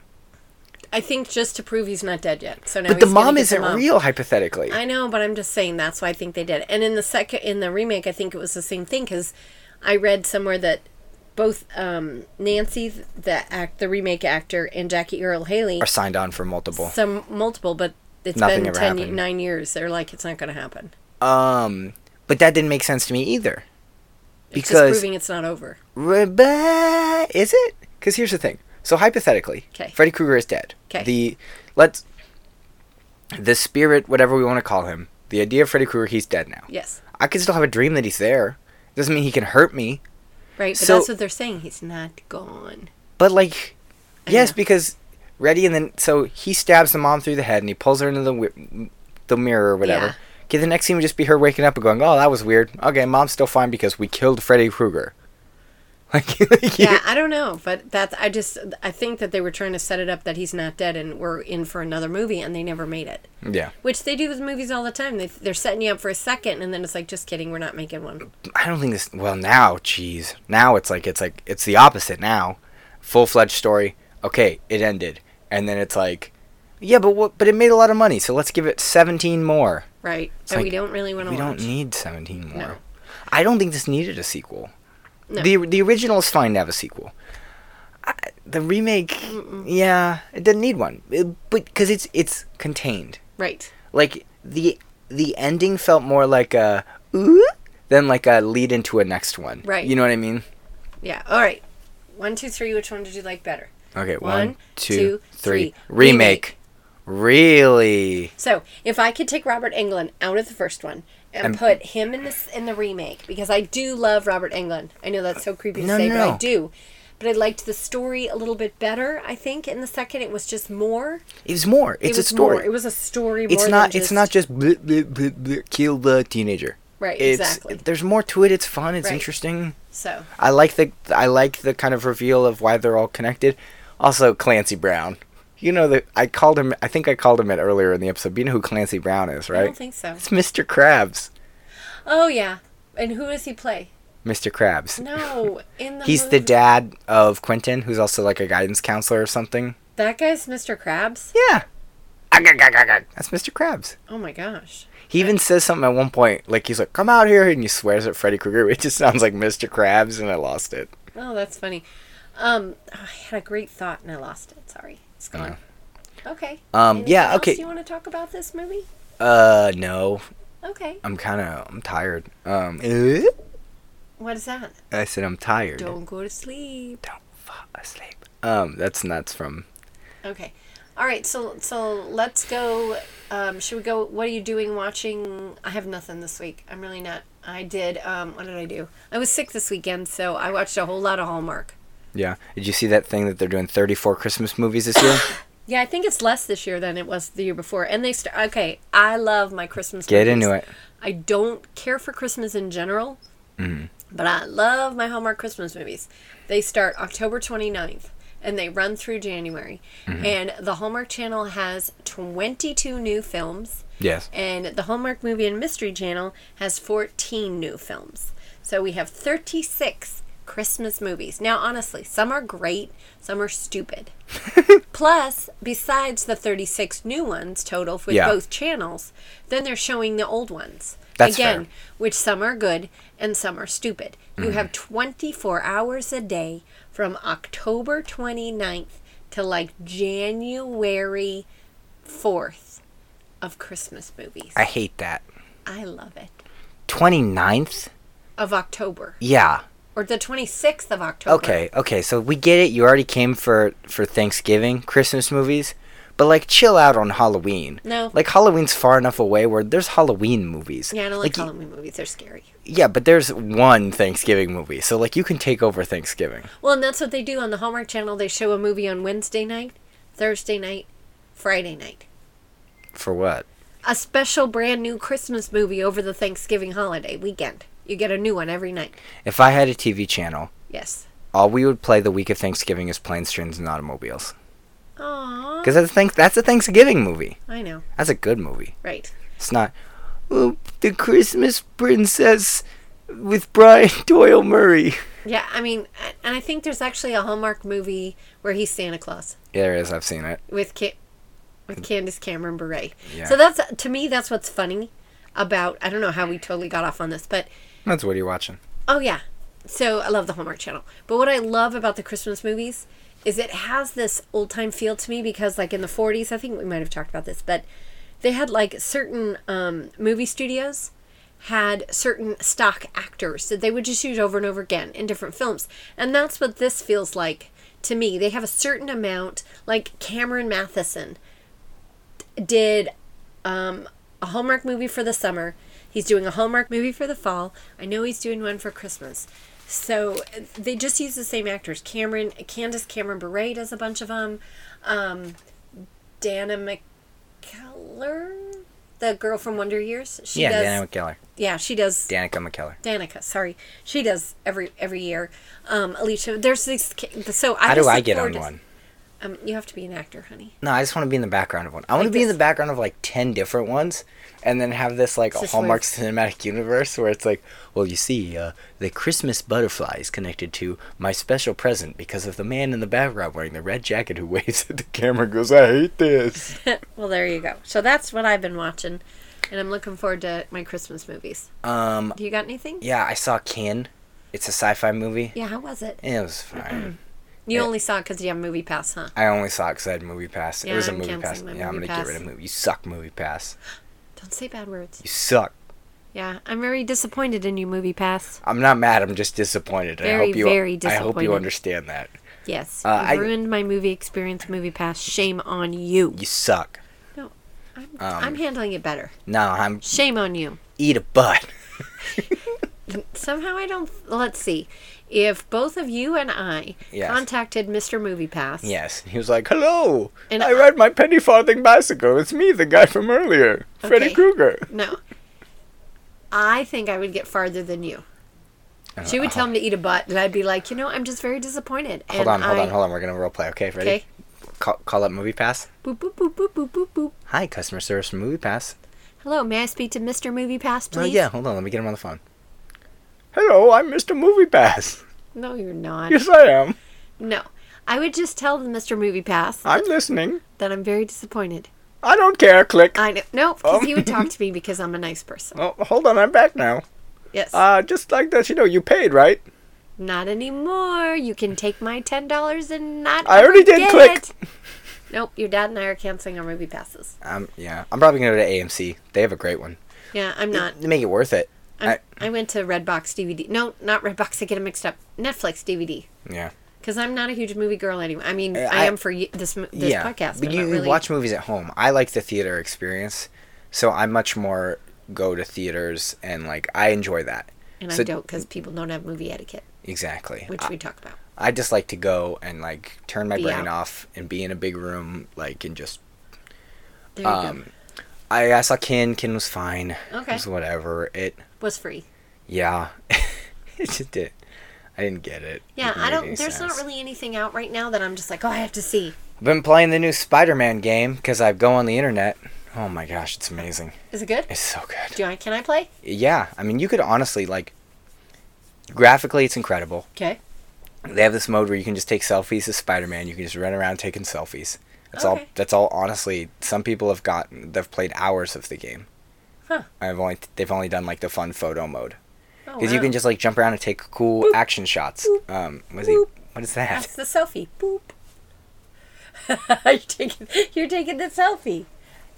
Speaker 2: I think just to prove he's not dead yet. So now
Speaker 1: But the
Speaker 2: he's gonna
Speaker 1: mom
Speaker 2: get the
Speaker 1: isn't
Speaker 2: mom.
Speaker 1: real, hypothetically.
Speaker 2: I know, but I'm just saying that's why I think they did. it. And in the second in the remake, I think it was the same thing because I read somewhere that both um, Nancy, the act, the remake actor, and Jackie Earl Haley,
Speaker 1: Are signed on for multiple.
Speaker 2: some multiple, but it's
Speaker 1: Nothing
Speaker 2: been
Speaker 1: ever
Speaker 2: ten,
Speaker 1: happened.
Speaker 2: nine years. They're like, it's not going to happen.
Speaker 1: Um, but that didn't make sense to me either.
Speaker 2: It's just
Speaker 1: Because
Speaker 2: proving it's not over.
Speaker 1: Rebe- is it? Because here's the thing. So hypothetically,
Speaker 2: 'Kay.
Speaker 1: Freddy Krueger is dead.
Speaker 2: 'Kay.
Speaker 1: The let's the spirit, whatever we want to call him, the idea of Freddy Krueger, he's dead now.
Speaker 2: Yes,
Speaker 1: I can still have a dream that he's there. Doesn't mean he can hurt me.
Speaker 2: right. But
Speaker 1: So-
Speaker 2: that's what they're saying. He's not gone.
Speaker 1: But like,
Speaker 2: I
Speaker 1: yes,
Speaker 2: know.
Speaker 1: because ready and then so he stabs the mom through the head and he pulls her into the wi- the mirror or whatever.
Speaker 2: Yeah.
Speaker 1: Okay, the next scene would just be her waking up and going, "Oh, that was weird." Okay, mom's still fine because we killed Freddy Krueger. <laughs> Like, <laughs> like you-
Speaker 2: Yeah, I don't know, but that's I just I think that they were trying to set it up that he's not dead and we're in for another movie, and they never made it.
Speaker 1: yeah.
Speaker 2: Which they do with movies all the time. They, they're setting you up for a second, and then it's like, just kidding, we're not making one.
Speaker 1: I don't think this. Well, now, geez, now it's like it's like it's the opposite now. Full fledged story. Okay, it ended, and then it's like, yeah, but what? But it made a lot of money, so let's give it seventeen more.
Speaker 2: Right. That we
Speaker 1: like,
Speaker 2: don't really want to
Speaker 1: We
Speaker 2: watch.
Speaker 1: don't need seventeen more.
Speaker 2: No.
Speaker 1: I don't think this needed a sequel.
Speaker 2: No.
Speaker 1: The the original is fine to have a sequel. I, the remake, yeah, it didn't need one, It- but because it's it's contained.
Speaker 2: right.
Speaker 1: Like the the ending felt more like a ooh than like a lead into a next one.
Speaker 2: Right.
Speaker 1: You know what I mean?
Speaker 2: Yeah. All right. One, two, three. Which one did you like better?
Speaker 1: Okay,
Speaker 2: One,
Speaker 1: one,
Speaker 2: two,
Speaker 1: two,
Speaker 2: three.
Speaker 1: three. Remake. Really?
Speaker 2: So, if I could take Robert Englund out of the first one and
Speaker 1: And-
Speaker 2: put him in this in the remake, because I do love Robert Englund. I know that's so creepy to
Speaker 1: Uh, No,
Speaker 2: say,
Speaker 1: no,
Speaker 2: but I
Speaker 1: no.
Speaker 2: do. But I liked the story a little bit better. I think in the second, it was just more.
Speaker 1: It was more.
Speaker 2: It
Speaker 1: It's
Speaker 2: was
Speaker 1: a story.
Speaker 2: More. It was a story.
Speaker 1: it's
Speaker 2: more
Speaker 1: not.
Speaker 2: Than
Speaker 1: It's not just bleh, bleh, bleh, bleh, kill the teenager.
Speaker 2: Right,
Speaker 1: It's,
Speaker 2: exactly.
Speaker 1: There's more to it. It's fun. It's
Speaker 2: Right.
Speaker 1: interesting.
Speaker 2: So
Speaker 1: I like the. I like the kind of reveal of why they're all connected. Also, Clancy Brown. You know that I called him. I think I called him it earlier in the episode. But you know who Clancy Brown is,
Speaker 2: I
Speaker 1: right?
Speaker 2: don't think so.
Speaker 1: it's Mr. Krabs.
Speaker 2: Oh yeah. And who does he play?
Speaker 1: Mr. Krabs.
Speaker 2: No, in the
Speaker 1: He's
Speaker 2: movie.
Speaker 1: the dad of Quentin, who's also like a guidance counselor or something.
Speaker 2: That guy's Mr. Krabs.
Speaker 1: Yeah. That's Mr. Krabs.
Speaker 2: Oh my gosh.
Speaker 1: He even says something at one point, like he's like, "Come out here," and he swears at Freddy Krueger. It just sounds like Mr. Krabs, and I lost it.
Speaker 2: Oh, that's funny. Um, oh, I had a great thought and I lost it. Sorry, it's gone. Okay.
Speaker 1: Um,
Speaker 2: Anything
Speaker 1: yeah,
Speaker 2: else
Speaker 1: okay.
Speaker 2: you want to talk about this movie?
Speaker 1: Uh, no,
Speaker 2: Okay.
Speaker 1: I'm kind of, I'm tired. Um, eh?
Speaker 2: What is that?
Speaker 1: I said I'm tired.
Speaker 2: Don't go to sleep.
Speaker 1: Don't fall asleep. Um, that's nuts from.
Speaker 2: Okay. All right. So so let's go. Um, should we go? What are you doing? Watching? I have nothing this week. I'm really not. I did. Um, what did I do? I was sick this weekend, so I watched a whole lot of Hallmark.
Speaker 1: Yeah. Did you see that thing that they're doing 34 Christmas movies this
Speaker 2: <coughs>
Speaker 1: year?
Speaker 2: Yeah, I think it's less this year than it was the year before. And they start. Okay, I love my Christmas.
Speaker 1: Get
Speaker 2: movies.
Speaker 1: into it.
Speaker 2: I don't care for Christmas in general,
Speaker 1: Mm-hmm.
Speaker 2: but I love my Hallmark Christmas movies. They start October 29th and they run through January.
Speaker 1: Mm-hmm.
Speaker 2: And the Hallmark Channel has 22 new films,
Speaker 1: Yes.
Speaker 2: and the Hallmark Movie and Mystery Channel has 14 new films. So we have 36 Christmas movies. Now, honestly, some are great, some are stupid. Plus, besides the 36 new ones total with
Speaker 1: Yeah.
Speaker 2: both channels, then they're showing the old ones.
Speaker 1: That's
Speaker 2: Again,
Speaker 1: fair. Mm-hmm.
Speaker 2: which some are good and some are stupid. You have 24 hours a day from October 29th to like January 4th of Christmas movies.
Speaker 1: I hate that.
Speaker 2: I love it.
Speaker 1: 29th?
Speaker 2: Of October
Speaker 1: Yeah.
Speaker 2: or the 26th of October.
Speaker 1: Okay, okay. So we get it. You already came for for Thanksgiving, Christmas movies, but like chill out on Halloween.
Speaker 2: No.
Speaker 1: Like Halloween's far enough away where there's Halloween movies.
Speaker 2: Yeah, I don't like,
Speaker 1: y-
Speaker 2: Halloween movies. They're scary.
Speaker 1: Yeah, but there's one Thanksgiving movie. So like you can take over Thanksgiving.
Speaker 2: Well, and that's what they do on the Hallmark Channel. They show a movie on Wednesday night, Thursday night, Friday night.
Speaker 1: For what?
Speaker 2: A special brand new Christmas movie over the Thanksgiving holiday weekend. You get a new one every night.
Speaker 1: If I had a TV channel,
Speaker 2: Yes.
Speaker 1: all we would play the week of Thanksgiving is planes, trains, and automobiles.
Speaker 2: Aww.
Speaker 1: Because that's, thanks- that's a Thanksgiving movie.
Speaker 2: I know.
Speaker 1: That's a good movie.
Speaker 2: Right.
Speaker 1: It's not "Oh, the Christmas Princess with Brian <laughs> Doyle Murray.
Speaker 2: Yeah, I mean, a- and I think there's actually a Hallmark movie where he's Santa Claus
Speaker 1: Yeah, there is. I've seen it.
Speaker 2: with Ca- with Candace Cameron Bure.
Speaker 1: Yeah.
Speaker 2: So that's to me that's what's funny about I don't know how we totally got off on this, but
Speaker 1: That's what you're watching.
Speaker 2: Oh yeah. So I love the Hallmark Channel. But what I love about the Christmas movies is it has this old time feel to me because like in the 40s, I think we might have talked about this, but they had like certain um, movie studios had certain stock actors that they would just use over and over again in different films. And that's what this feels like to me. They have a certain amount like Cameron Matheson did um, a Hallmark movie for the summer. He's doing a Hallmark movie for the fall. I know he's doing one for Christmas. So uh, they just use the same actors. Cameron, Candace Cameron Bure does a bunch of them. Um, Dana McKellar, the girl from Wonder Years, she
Speaker 1: yeah,
Speaker 2: does.
Speaker 1: Danica McKellar.
Speaker 2: yeah, she does.
Speaker 1: Danica McKellar.
Speaker 2: Danica, sorry, she does every every year. Um, Alicia, there's these. ca- So I
Speaker 1: How do
Speaker 2: just
Speaker 1: I
Speaker 2: look
Speaker 1: get
Speaker 2: forward
Speaker 1: on
Speaker 2: to-
Speaker 1: one?
Speaker 2: Um, you have to be an actor, honey.
Speaker 1: No, I just want to be in the background of one. I want to
Speaker 2: Like
Speaker 1: be in
Speaker 2: this.
Speaker 1: the background of like 10 different ones and then have this like a
Speaker 2: Just
Speaker 1: Hallmark cinematic universe where it's like, well, you see, uh, the Christmas butterfly is connected to my special present because of the man in the background wearing the red jacket who <laughs> waves at the camera and goes, I hate this.
Speaker 2: Well, there you go. So that's what I've been watching, and I'm looking forward to my Christmas movies.
Speaker 1: Um,
Speaker 2: Do you got anything?
Speaker 1: yeah, I saw Kin. It's a sci fi movie.
Speaker 2: Yeah, how was it?
Speaker 1: It was fine.
Speaker 2: You
Speaker 1: Yeah.
Speaker 2: only saw it because you have Movie Pass, huh?
Speaker 1: I only saw it because I had Movie Pass.
Speaker 2: Yeah,
Speaker 1: it was a
Speaker 2: I'm
Speaker 1: Movie
Speaker 2: canceling
Speaker 1: Pass.
Speaker 2: my
Speaker 1: yeah, I'm
Speaker 2: Movie
Speaker 1: going to get rid
Speaker 2: Pass.
Speaker 1: of Movie. You suck, Movie Pass.
Speaker 2: Don't say bad words.
Speaker 1: You suck.
Speaker 2: Yeah, I'm very disappointed in you, Movie Pass.
Speaker 1: I'm not mad. I'm just disappointed. I
Speaker 2: Very,
Speaker 1: hope you,
Speaker 2: very
Speaker 1: I hope
Speaker 2: disappointed.
Speaker 1: you understand that.
Speaker 2: Yes,
Speaker 1: Uh, I-
Speaker 2: you ruined my movie experience, Movie Pass. Shame on you.
Speaker 1: You suck.
Speaker 2: No,
Speaker 1: Um,
Speaker 2: I'm, I'm handling it better.
Speaker 1: No, I'm
Speaker 2: Shame on you.
Speaker 1: eat a butt. <laughs>
Speaker 2: Somehow I don't. Let's see. If both of you and I
Speaker 1: Yes.
Speaker 2: contacted Mr. Movie Pass,
Speaker 1: Yes. He was like, "Hello,
Speaker 2: And
Speaker 3: I
Speaker 2: I-
Speaker 3: ride my penny farthing bicycle. It's me, the guy from earlier, Freddy
Speaker 2: Okay.
Speaker 3: Krueger.
Speaker 2: No. I think I would get farther than you. She would tell him to eat a butt, and I'd be like, you know, I'm just very disappointed.
Speaker 1: Uh, hold
Speaker 2: and
Speaker 1: on, hold
Speaker 2: I-
Speaker 1: on, hold on. We're gonna role play. Okay, ready?
Speaker 2: Okay.
Speaker 1: Call, call up Movie Pass.
Speaker 2: Boop, boop, boop, boop, boop, boop, boop.
Speaker 1: Hi, customer service from Movie Pass.
Speaker 2: Hello, may I speak to Mr. Movie Pass,
Speaker 1: Oh
Speaker 2: please?
Speaker 1: yeah, hold on. Let me get him on the phone.
Speaker 3: Hello, I'm Mr. Movie Pass.
Speaker 2: No, you're not.
Speaker 3: Yes, I am.
Speaker 2: <laughs> No. I would just tell the Mr. Movie Pass
Speaker 3: I'm listening.
Speaker 2: that I'm very disappointed.
Speaker 3: I don't care. Click.
Speaker 2: I know. No, because he would talk to me because I'm a
Speaker 1: <laughs>
Speaker 2: nice person.
Speaker 3: Oh, hold on, I'm back now.
Speaker 2: Yes.
Speaker 3: Uh, just like that, you know, you paid, right?
Speaker 2: not anymore. You can take my $10 and not.
Speaker 3: I already
Speaker 2: ever
Speaker 3: did
Speaker 2: get
Speaker 3: click.
Speaker 2: it. <laughs> Nope, your dad and I are canceling our movie passes.
Speaker 1: Um, yeah, I'm probably gonna go to AMC. They have a great one.
Speaker 2: Yeah, I'm not.
Speaker 1: They make it worth it.
Speaker 2: I,
Speaker 1: I-
Speaker 2: I went to Redbox DVD. No, not Redbox. I get them mixed up. Netflix DVD.
Speaker 1: Yeah.
Speaker 2: Because I'm not a huge movie girl anyway. I mean,
Speaker 1: Uh,
Speaker 2: I,
Speaker 1: I-
Speaker 2: am for y- this m- this
Speaker 1: yeah.
Speaker 2: podcast.
Speaker 1: but
Speaker 2: I'm
Speaker 1: you
Speaker 2: not
Speaker 1: you
Speaker 2: really-
Speaker 1: watch movies at home. I like the theater experience, so I much more go to theaters and like I enjoy that.
Speaker 2: and
Speaker 1: so- Uh,
Speaker 2: I don't because people don't have movie etiquette,
Speaker 1: Exactly.
Speaker 2: which we talk about.
Speaker 1: I just like to go and like turn my
Speaker 2: Be
Speaker 1: brain
Speaker 2: out.
Speaker 1: off and be in a big room, like and just.
Speaker 2: There you
Speaker 1: Um, I, I saw Kin. Kin was fine.
Speaker 2: Okay.
Speaker 1: It was whatever. It.
Speaker 2: go. Was free.
Speaker 1: Yeah. <laughs> it just did. I didn't get it.
Speaker 2: Yeah,
Speaker 1: It didn't
Speaker 2: I
Speaker 1: make
Speaker 2: don't.
Speaker 1: any
Speaker 2: There's not
Speaker 1: sense.
Speaker 2: really anything out right now that I'm just like, oh, I have to see.
Speaker 1: I've been playing the new Spider-Man game because I go on the internet. Oh my gosh, it's amazing.
Speaker 2: Is it good?
Speaker 1: It's so good.
Speaker 2: Do I? Can I play?
Speaker 1: Yeah, I mean, you could honestly like. Graphically, it's incredible.
Speaker 2: Okay.
Speaker 1: They have this mode where you can just take selfies as Spider-Man. You can just run around taking selfies. That's all.
Speaker 2: Okay.
Speaker 1: That's all. Honestly, some people have gotten. They've played hours of the game.
Speaker 2: Huh.
Speaker 1: I've only they've only done like the fun photo mode
Speaker 2: Oh,
Speaker 1: because you
Speaker 2: wow.
Speaker 1: can just like jump around and take cool action shots. Um, what is he?
Speaker 2: Boop.
Speaker 1: What is that?
Speaker 2: That's the selfie. Boop. <laughs> you're taking you're taking the selfie.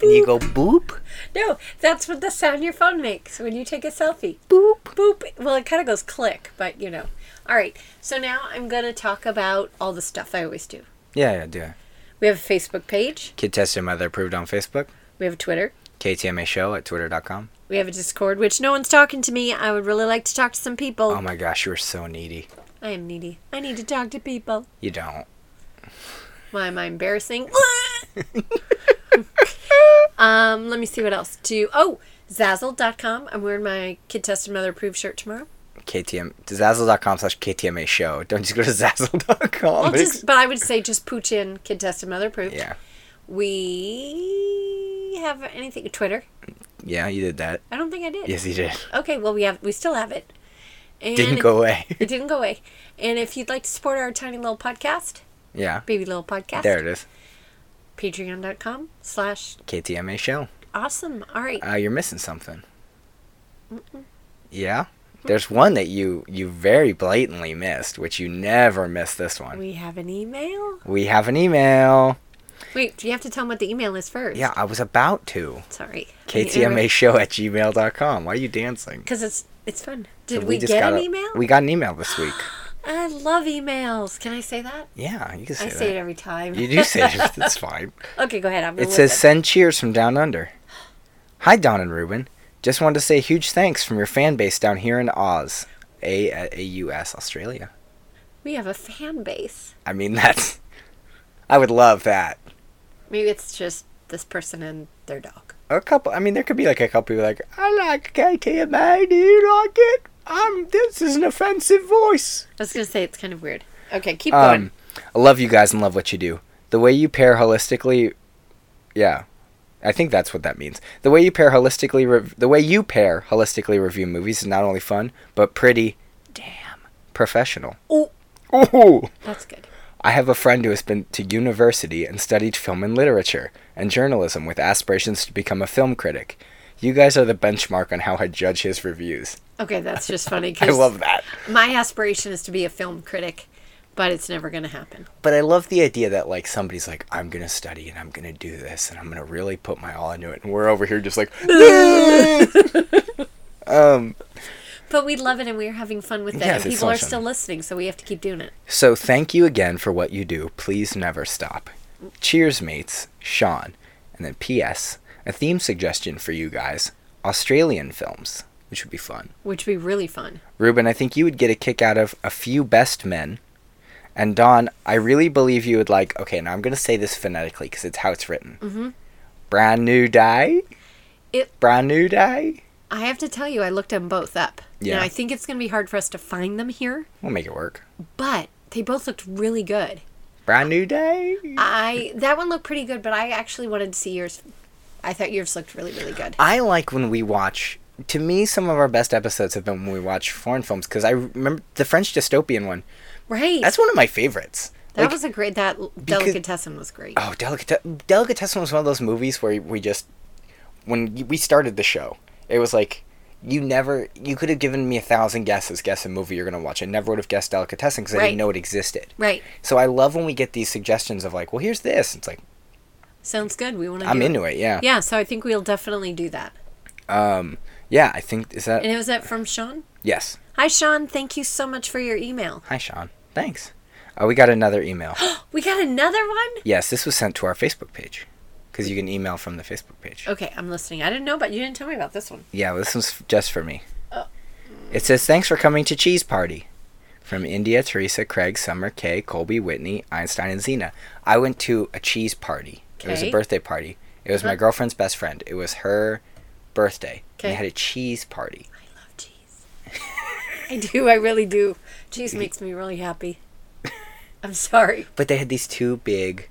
Speaker 1: And you go boop.
Speaker 2: No, that's what the sound your phone makes when you take a selfie. Boop. Boop. Well, it kind of goes click, but you know. All right. So now I'm going to talk about all the stuff I always do.
Speaker 1: Yeah, yeah, do it.
Speaker 2: We have a Facebook page.
Speaker 1: Kid tested mother approved on Facebook.
Speaker 2: We have a Twitter.
Speaker 1: KTMA show at twitter.com.
Speaker 2: We have a Discord, which no one's talking to me. I would really like to talk to some people.
Speaker 1: Oh my gosh, you are so needy.
Speaker 2: I am needy. I need to talk to people.
Speaker 1: You don't.
Speaker 2: Why am I embarrassing? <laughs> um, let me see what else. To oh, Zazzle.com. I'm wearing my kid tested mother approved shirt tomorrow.
Speaker 1: KTM Zazzle.com slash KTMA show. Don't just go to <laughs> Zazzle.com.
Speaker 2: I'll just, but I would say just pooch in kid tested mother
Speaker 1: <laughs>
Speaker 2: approved.
Speaker 1: yeah.
Speaker 2: We have anything Twitter?
Speaker 1: Yeah, you did that.
Speaker 2: I don't think I did.
Speaker 1: Yes, you did.
Speaker 2: Okay, well we have we still have it. And
Speaker 1: Didn't go away. <laughs>
Speaker 2: It didn't go away. And if you'd like to support our tiny little podcast,
Speaker 1: yeah.
Speaker 2: baby little podcast,
Speaker 1: There it is.
Speaker 2: patreon.com slash
Speaker 1: KTMA show.
Speaker 2: awesome. All right.
Speaker 1: Uh, you're missing something. Yeah. There's one that you you very blatantly missed, which you never miss this one.
Speaker 2: we have an email.
Speaker 1: We have an email.
Speaker 2: Wait, do you have to tell them what the email is first?
Speaker 1: Yeah, I was about to.
Speaker 2: Sorry.
Speaker 1: KTMA show at gmail.com. Why are you dancing?
Speaker 2: Because it's it's fun. Did
Speaker 1: So
Speaker 2: we,
Speaker 1: just
Speaker 2: get
Speaker 1: got
Speaker 2: an
Speaker 1: a-
Speaker 2: email?
Speaker 1: We got an email this
Speaker 2: <gasps>
Speaker 1: week.
Speaker 2: I love emails. Can I say that?
Speaker 1: Yeah, you can say
Speaker 2: I
Speaker 1: that.
Speaker 2: say it every time.
Speaker 1: You do say
Speaker 2: <laughs>
Speaker 1: it. It's fine.
Speaker 2: okay, go ahead. I'm gonna
Speaker 1: It
Speaker 2: listen.
Speaker 1: says, "Send cheers from down under." Hi, Don and Ruben. Just wanted to say huge thanks from your fan base down here in Oz, A A U S, Australia.
Speaker 2: we have a fan base.
Speaker 1: I mean, <laughs> that's. I would love that.
Speaker 2: Maybe it's just this person and their dog.
Speaker 1: A couple. I mean, there could be like a couple people like, "I like KKMA. Do you like it?" I'm. This is an offensive voice.
Speaker 2: I was gonna say it's kind of weird. Okay, keep
Speaker 1: Um,
Speaker 2: going.
Speaker 1: I love you guys and love what you do. The way you pair holistically, yeah, I think that's what that means. The way you pair holistically, rev- the way you pair holistically review movies is not only fun but pretty damn professional.
Speaker 2: Ooh.
Speaker 1: Ooh.
Speaker 2: That's good.
Speaker 1: I have a friend who has been to university and studied film and literature and journalism with aspirations to become a film critic. You guys are the benchmark on how I judge his reviews. <laughs>
Speaker 2: Okay, that's just funny
Speaker 1: I
Speaker 2: because
Speaker 1: love that.
Speaker 2: my aspiration is to be a film critic, but it's never gonna happen.
Speaker 1: But I love the idea that like somebody's like, I'm gonna study and I'm gonna do this and I'm gonna really put my all into it, and we're over here just like, <laughs> um.
Speaker 2: But we love it and we're having fun with it.
Speaker 1: Yes,
Speaker 2: and
Speaker 1: it's
Speaker 2: people are
Speaker 1: awesome.
Speaker 2: still listening, so we have to keep doing it.
Speaker 1: So thank you again for what you do. Please never stop. Cheers, mates. Sean. And then P.S. A theme suggestion for you guys: Australian films, which would be fun.
Speaker 2: Which would be really fun.
Speaker 1: Ruben, I think you would get a kick out of a few best men. And Don, I really believe you would like. Okay, now I'm gonna say this phonetically because it's how it's written. Mm-hmm. Brand new day.
Speaker 2: It-
Speaker 1: Brand new day.
Speaker 2: I have to tell you, I looked them both up.
Speaker 1: Yeah.
Speaker 2: Now, I think it's gonna be hard for us to find them here,
Speaker 1: We'll make it work.
Speaker 2: but they both looked really good.
Speaker 1: Brand new day.
Speaker 2: I that one looked pretty good, but I actually wanted to see yours. I thought yours looked really, really good.
Speaker 1: I like when we watch. To me, some of our best episodes have been when we watch foreign films because I remember the French dystopian one.
Speaker 2: Right.
Speaker 1: That's one of my favorites.
Speaker 2: that
Speaker 1: Like,
Speaker 2: was a great. That delicatessen was great.
Speaker 1: Oh, Delicate- Delicatessen was one of those movies where we just when y- we started the show, it was like you never you could have given me a thousand guesses, guess a movie you're gonna watch. I never would have guessed Delicatessen because I
Speaker 2: Right.
Speaker 1: didn't know it existed.
Speaker 2: Right.
Speaker 1: So I love when we get these suggestions of like, well, here's this. It's like
Speaker 2: Sounds good. We want to.
Speaker 1: I'm
Speaker 2: do
Speaker 1: into it. Yeah.
Speaker 2: Yeah, so I think we'll definitely do that.
Speaker 1: Um. Yeah. I think is that
Speaker 2: And was that from Sean?
Speaker 1: yes.
Speaker 2: Hi, Sean. Thank you so much for your email.
Speaker 1: Hi, Sean. Thanks. Uh, we got another email.
Speaker 2: We got another one.
Speaker 1: yes, this was sent to our Facebook page because you can email from the Facebook page.
Speaker 2: Okay, I'm listening. I didn't know about you. Didn't tell me about this one.
Speaker 1: Yeah, this one's f- just for me. It says, Thanks for coming to Cheese Party. From India, Teresa, Craig, Summer, Kay, Colby, Whitney, Einstein, and Xena. I went to a cheese party. It was
Speaker 2: Okay.
Speaker 1: a birthday party. It was my girlfriend's best friend. It was her birthday. And
Speaker 2: Okay.
Speaker 1: they had a cheese party.
Speaker 2: I
Speaker 1: <laughs>
Speaker 2: love cheese. Oh, I do. I really do. Cheese makes me really happy. I'm sorry.
Speaker 1: But they had these two big,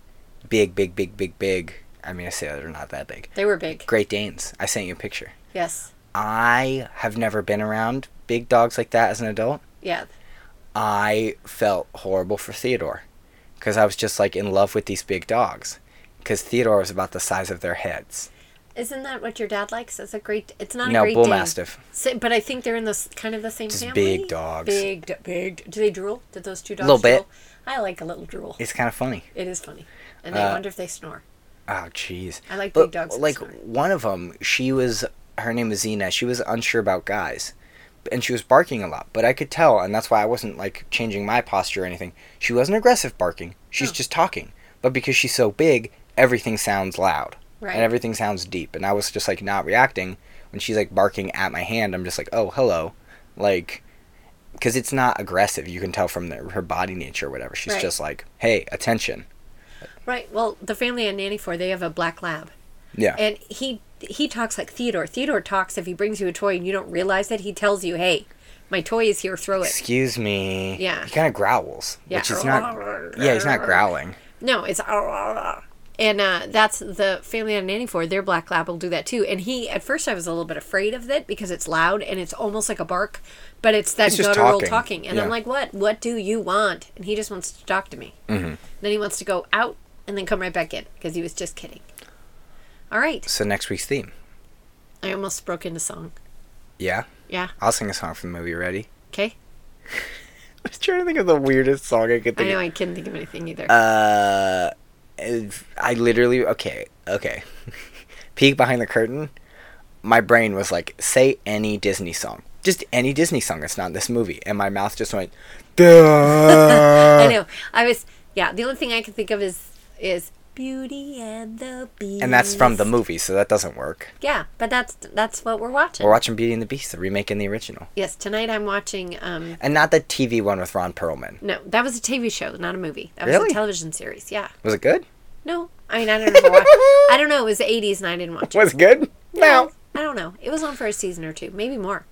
Speaker 1: big, big, big, big, big. I mean, I say they're not that big.
Speaker 2: They were big.
Speaker 1: Great Danes. I sent you a picture.
Speaker 2: Yes.
Speaker 1: I have never been around big dogs like that as an adult.
Speaker 2: Yeah.
Speaker 1: I felt horrible for Theodore because I was just like in love with these big dogs because Theodore was about the size of their heads.
Speaker 2: Isn't that what your dad likes? It's a great. It's not a
Speaker 1: No,
Speaker 2: great
Speaker 1: bull
Speaker 2: Dane.
Speaker 1: mastiff.
Speaker 2: Sa- but I think they're in this kind of the same
Speaker 1: Just
Speaker 2: family.
Speaker 1: big dogs.
Speaker 2: Big, do- big. Do they drool? Did those two dogs?
Speaker 1: Little bit.
Speaker 2: Drool? I like a little drool.
Speaker 1: It's kind of funny.
Speaker 2: It is funny, and
Speaker 1: Uh,
Speaker 2: I wonder if they snore.
Speaker 1: Oh, jeez.
Speaker 2: I like
Speaker 1: But,
Speaker 2: big dogs that
Speaker 1: Like
Speaker 2: snore.
Speaker 1: one of them, she was her name was Zena. She was unsure about guys, and she was barking a lot. But I could tell, and that's why I wasn't like changing my posture or anything. She wasn't aggressive barking. She's
Speaker 2: No.
Speaker 1: just talking. But because she's so big, everything sounds loud
Speaker 2: Right.
Speaker 1: and everything sounds deep. And I was just like not reacting when she's like barking at my hand. I'm just like, oh, hello, like. Because it's not aggressive, you can tell from the, her body nature or whatever. She's
Speaker 2: Right.
Speaker 1: just like, "Hey, attention!"
Speaker 2: Right. Well, the family I nanny for, they have a black lab,
Speaker 1: Yeah,
Speaker 2: and he he talks like Theodore. Theodore talks if he brings you a toy and you don't realize it, he tells you, "Hey, my toy is here. Throw it."
Speaker 1: Excuse me.
Speaker 2: Yeah.
Speaker 1: He kind of growls,
Speaker 2: Yeah.
Speaker 1: which is not. Yeah, he's
Speaker 2: <laughs>
Speaker 1: not growling.
Speaker 2: No, it's and uh, that's the family I'm nanny for. Their black lab will do that too. And he, at first, I was a little bit afraid of it because it's loud and it's almost like a bark, but it's that
Speaker 1: It's just
Speaker 2: guttural talking.
Speaker 1: talking.
Speaker 2: And I'm
Speaker 1: Yeah.
Speaker 2: like, what? What do you want? And he just wants to talk to me. Mm-hmm. Then he wants to go out and then come right back in because he was just kidding. All right,
Speaker 1: So next week's theme.
Speaker 2: I almost broke into song.
Speaker 1: Yeah,
Speaker 2: Yeah.
Speaker 1: I'll sing a song from the movie.
Speaker 2: <laughs>
Speaker 1: Ready?
Speaker 2: Okay.
Speaker 1: I was trying to think of the weirdest song I could
Speaker 2: I
Speaker 1: think.
Speaker 2: know
Speaker 1: of.
Speaker 2: I couldn't think of anything either.
Speaker 1: Uh, if- I literally okay, okay. <laughs> Peek behind the curtain. My brain was like, say any Disney song, just any Disney song. It's not this movie, and my mouth just went.
Speaker 2: I
Speaker 1: I
Speaker 2: know. I was. Yeah. The only thing I can think of is is Beauty and the Beast.
Speaker 1: And that's from the movie, so that doesn't work.
Speaker 2: Yeah, but that's that's what we're watching.
Speaker 1: We're watching Beauty and the Beast, the remake and the original,
Speaker 2: Yes, tonight I'm watching. Um,
Speaker 1: and not the TV one with Ron Perlman.
Speaker 2: no, that was a TV show, not a movie. That was
Speaker 1: Really?
Speaker 2: a television series. Yeah.
Speaker 1: Was it good?
Speaker 2: No, I mean I don't know. Why.
Speaker 1: <laughs>
Speaker 2: I don't know. It was the 80s and I didn't watch it.
Speaker 1: Was it good? No.
Speaker 2: I don't know. It was on for a season or two, maybe more.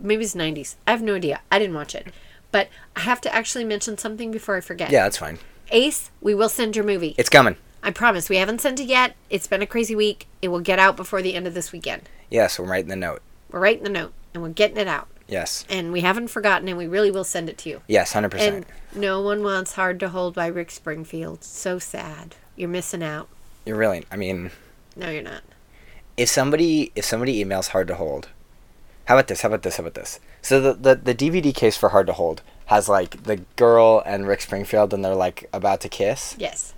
Speaker 2: Maybe it's 90s. I have no idea. I didn't watch it. But I have to actually mention something before I forget.
Speaker 1: Yeah, that's fine.
Speaker 2: Ace, we will send your movie.
Speaker 1: It's coming.
Speaker 2: I promise. We haven't sent it yet. It's been a crazy week. It will get out before the end of this weekend.
Speaker 1: Yes, I'm writing the note.
Speaker 2: We're writing the note and we're getting it out.
Speaker 1: Yes.
Speaker 2: And we haven't forgotten and we really will send it to you.
Speaker 1: Yes, 100%.
Speaker 2: And No One Wants Hard to Hold by Rick Springfield. So sad. You're missing out.
Speaker 1: You're really, I mean,
Speaker 2: No, you're not.
Speaker 1: if somebody, if somebody emails Hard to Hold, how about this? How about this? How about this? So the, the, the DVD case for Hard to Hold has like the girl and Rick Springfield and they're like about to kiss.
Speaker 2: Yes.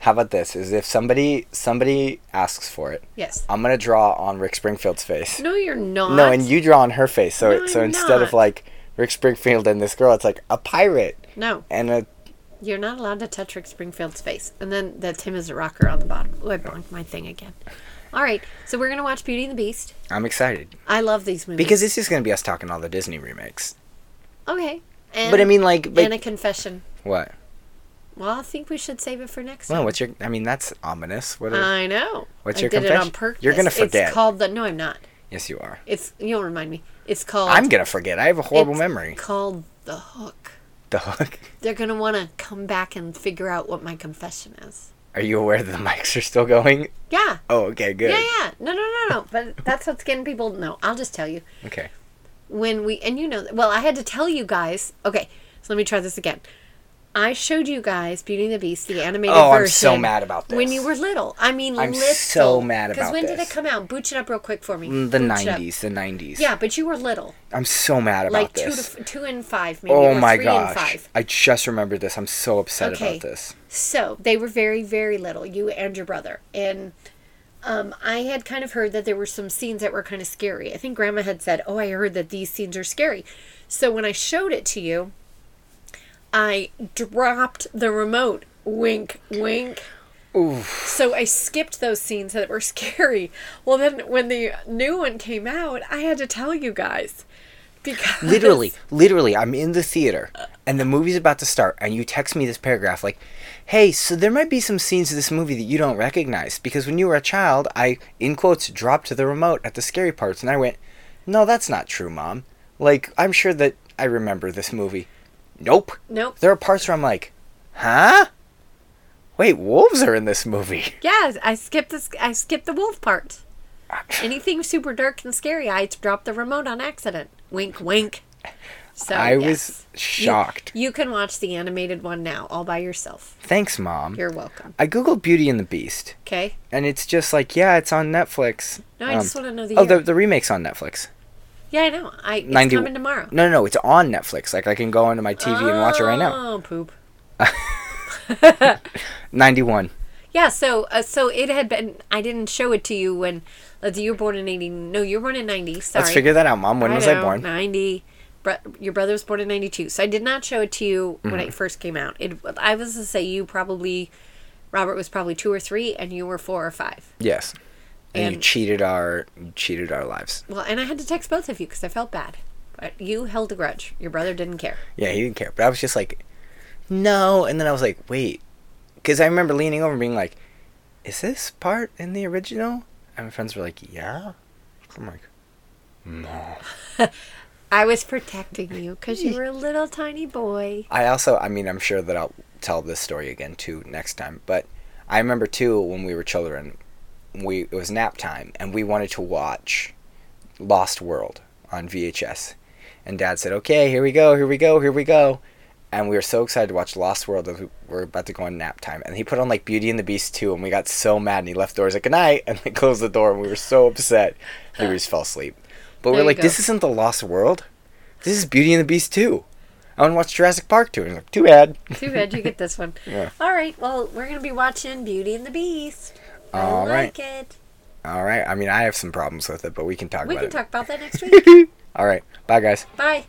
Speaker 1: How about this? Is if somebody, somebody asks for it,
Speaker 2: Yes.
Speaker 1: I'm going to draw on Rick Springfield's face.
Speaker 2: No, you're not.
Speaker 1: No, and you draw on her face. So,
Speaker 2: No,
Speaker 1: so
Speaker 2: I'm
Speaker 1: instead of
Speaker 2: not.
Speaker 1: like Rick Springfield and this girl, it's like a pirate
Speaker 2: No,
Speaker 1: and a
Speaker 2: you're not allowed to touch Rick Springfield's face. And then that's him as a rocker on the bottom. Oh, I bonked my thing again. All right, so we're gonna watch Beauty and the Beast.
Speaker 1: I'm excited
Speaker 2: I love these movies.
Speaker 1: because this is going to be us talking all the Disney remakes.
Speaker 2: okay, and,
Speaker 1: But I mean, like, but,
Speaker 2: and a confession.
Speaker 1: what?
Speaker 2: Well, I think we should save it for next
Speaker 1: Well,
Speaker 2: time.
Speaker 1: what's your? I mean, that's ominous. What? Are,
Speaker 2: I know.
Speaker 1: What's
Speaker 2: I
Speaker 1: your
Speaker 2: did It on
Speaker 1: confession?
Speaker 2: purpose.
Speaker 1: You're gonna forget.
Speaker 2: It's called the. No, I'm not.
Speaker 1: yes, you are.
Speaker 2: It's you'll remind me. It's called.
Speaker 1: I'm gonna forget. I have a horrible
Speaker 2: It's
Speaker 1: memory.
Speaker 2: Called the hook.
Speaker 1: The hook.
Speaker 2: They're gonna want to come back and figure out what my confession is.
Speaker 1: Are you aware that the mics are still going?
Speaker 2: Yeah.
Speaker 1: Oh, okay, good.
Speaker 2: Yeah, yeah. No, no, no, no. But that's what's getting people. No, I'll just tell you
Speaker 1: Okay. Mm,
Speaker 2: when we and you know. Well, I had to tell you guys. Okay, so let me try this again. I showed you guys Beauty and the Beast, the animated
Speaker 1: Oh,
Speaker 2: version.
Speaker 1: I'm so mad about this.
Speaker 2: When you were little, I mean,
Speaker 1: I'm
Speaker 2: little.
Speaker 1: so mad about
Speaker 2: when did
Speaker 1: this.
Speaker 2: it come out? Booch it up real quick for me.
Speaker 1: Mm, The
Speaker 2: Booch it up.
Speaker 1: '90s, the '90s.
Speaker 2: Yeah, but you were little,
Speaker 1: I'm so mad about
Speaker 2: like two
Speaker 1: this.
Speaker 2: to f- two and five, maybe.
Speaker 1: oh
Speaker 2: or
Speaker 1: my
Speaker 2: three
Speaker 1: gosh!
Speaker 2: And five.
Speaker 1: I just remembered this. I'm so upset
Speaker 2: Okay.
Speaker 1: about this.
Speaker 2: So they were very, very little, you and your brother. And um, I had kind of heard that there were some scenes that were kind of scary. I think Grandma had said, Oh, I heard that these scenes are scary. So when I showed it to you, I dropped the remote. Wink, wink. Oof. So I skipped those scenes that were <laughs> scary. Well, then when the new one came out, I had to tell you guys.
Speaker 1: <laughs>
Speaker 2: Because
Speaker 1: literally, literally, I'm in the theater and the movie's about to start, and you text me this paragraph like, "Hey, so there might be some scenes of this movie that you don't recognize because when you were a child, I in quotes dropped the remote at the scary parts, and I went, no, that's not true, mom. Like I'm sure that I remember this movie. Nope.
Speaker 2: <laughs> Nope.
Speaker 1: There are parts where I'm like, huh? Wait, wolves are in this movie.
Speaker 2: Yeah, I skipped this. I skipped the
Speaker 1: <laughs>
Speaker 2: wolf part. Anything super dark and scary, I dropped the remote on accident. Wink, wink. So
Speaker 1: I
Speaker 2: Oh, yes.
Speaker 1: was
Speaker 2: <laughs>
Speaker 1: shocked.
Speaker 2: You can watch the animated one now all by yourself.
Speaker 1: Thanks, mom.
Speaker 2: You're welcome.
Speaker 1: I googled Beauty and the Beast,
Speaker 2: Okay.
Speaker 1: and it's just like, yeah, it's on Netflix.
Speaker 2: No, I
Speaker 1: Um,
Speaker 2: just want to know the
Speaker 1: oh,
Speaker 2: year.
Speaker 1: the, the remake's on Netflix.
Speaker 2: yeah, I know. I it's
Speaker 1: 90
Speaker 2: coming tomorrow.
Speaker 1: No, no, no, it's on Netflix. Like I can go onto my TV and watch it right now.
Speaker 2: Oh, poop. Oh.
Speaker 1: Ninety-one.
Speaker 2: Yeah, so uh, so it had been. I didn't show it to you when. Let's. see, You were born in eighty. No, you were born in ninety. Sorry.
Speaker 1: Let's figure that out, mom. When was I
Speaker 2: know,
Speaker 1: born?
Speaker 2: Ninety. Bro, your brother was born in ninety two. So I did not show it to you when
Speaker 1: Mm-hmm.
Speaker 2: it first came out. It. I was to say you probably. Robert was probably two or three, and you were four or five.
Speaker 1: Yes. And, you
Speaker 2: And-
Speaker 1: cheated our you cheated our lives.
Speaker 2: Well, and I had to text both of you because I felt bad. But you held a grudge. Your brother didn't care.
Speaker 1: Yeah, he didn't care. But I was just like, no. And then I was like, wait, because I remember leaning over and being like, is this part in the original? And my friends were like, yeah. I'm like, no.
Speaker 2: I was protecting you because you were a little tiny boy.
Speaker 1: I also, I mean, I'm sure that I'll tell this story again too next time. But I remember too when we were children, we it was nap time and we wanted to watch Lost World on VHS, and Dad said, "Okay, here we go, here we go, here we go," and we were so excited to watch Lost World that we were about to go on nap time. And he put on like Beauty and the Beast too, and we got so mad and he left doors like good night and like <laughs> closed the door and we were so upset that we just fell asleep. But
Speaker 2: There
Speaker 1: we're
Speaker 2: you
Speaker 1: like,
Speaker 2: go.
Speaker 1: this isn't the Lost World. This is Beauty and the Beast too. I want to watch Jurassic Park too. And he's like, too bad. <laughs>
Speaker 2: Too bad you get this one.
Speaker 1: Yeah.
Speaker 2: All right. Well, we're gonna be watching Beauty and the Beast.
Speaker 1: All
Speaker 2: I
Speaker 1: right.
Speaker 2: like it.
Speaker 1: All right. I mean, I have some problems with it, but we can talk
Speaker 2: We
Speaker 1: about
Speaker 2: can
Speaker 1: it.
Speaker 2: talk about that next week. <laughs>
Speaker 1: All right. Bye, guys.
Speaker 2: Bye.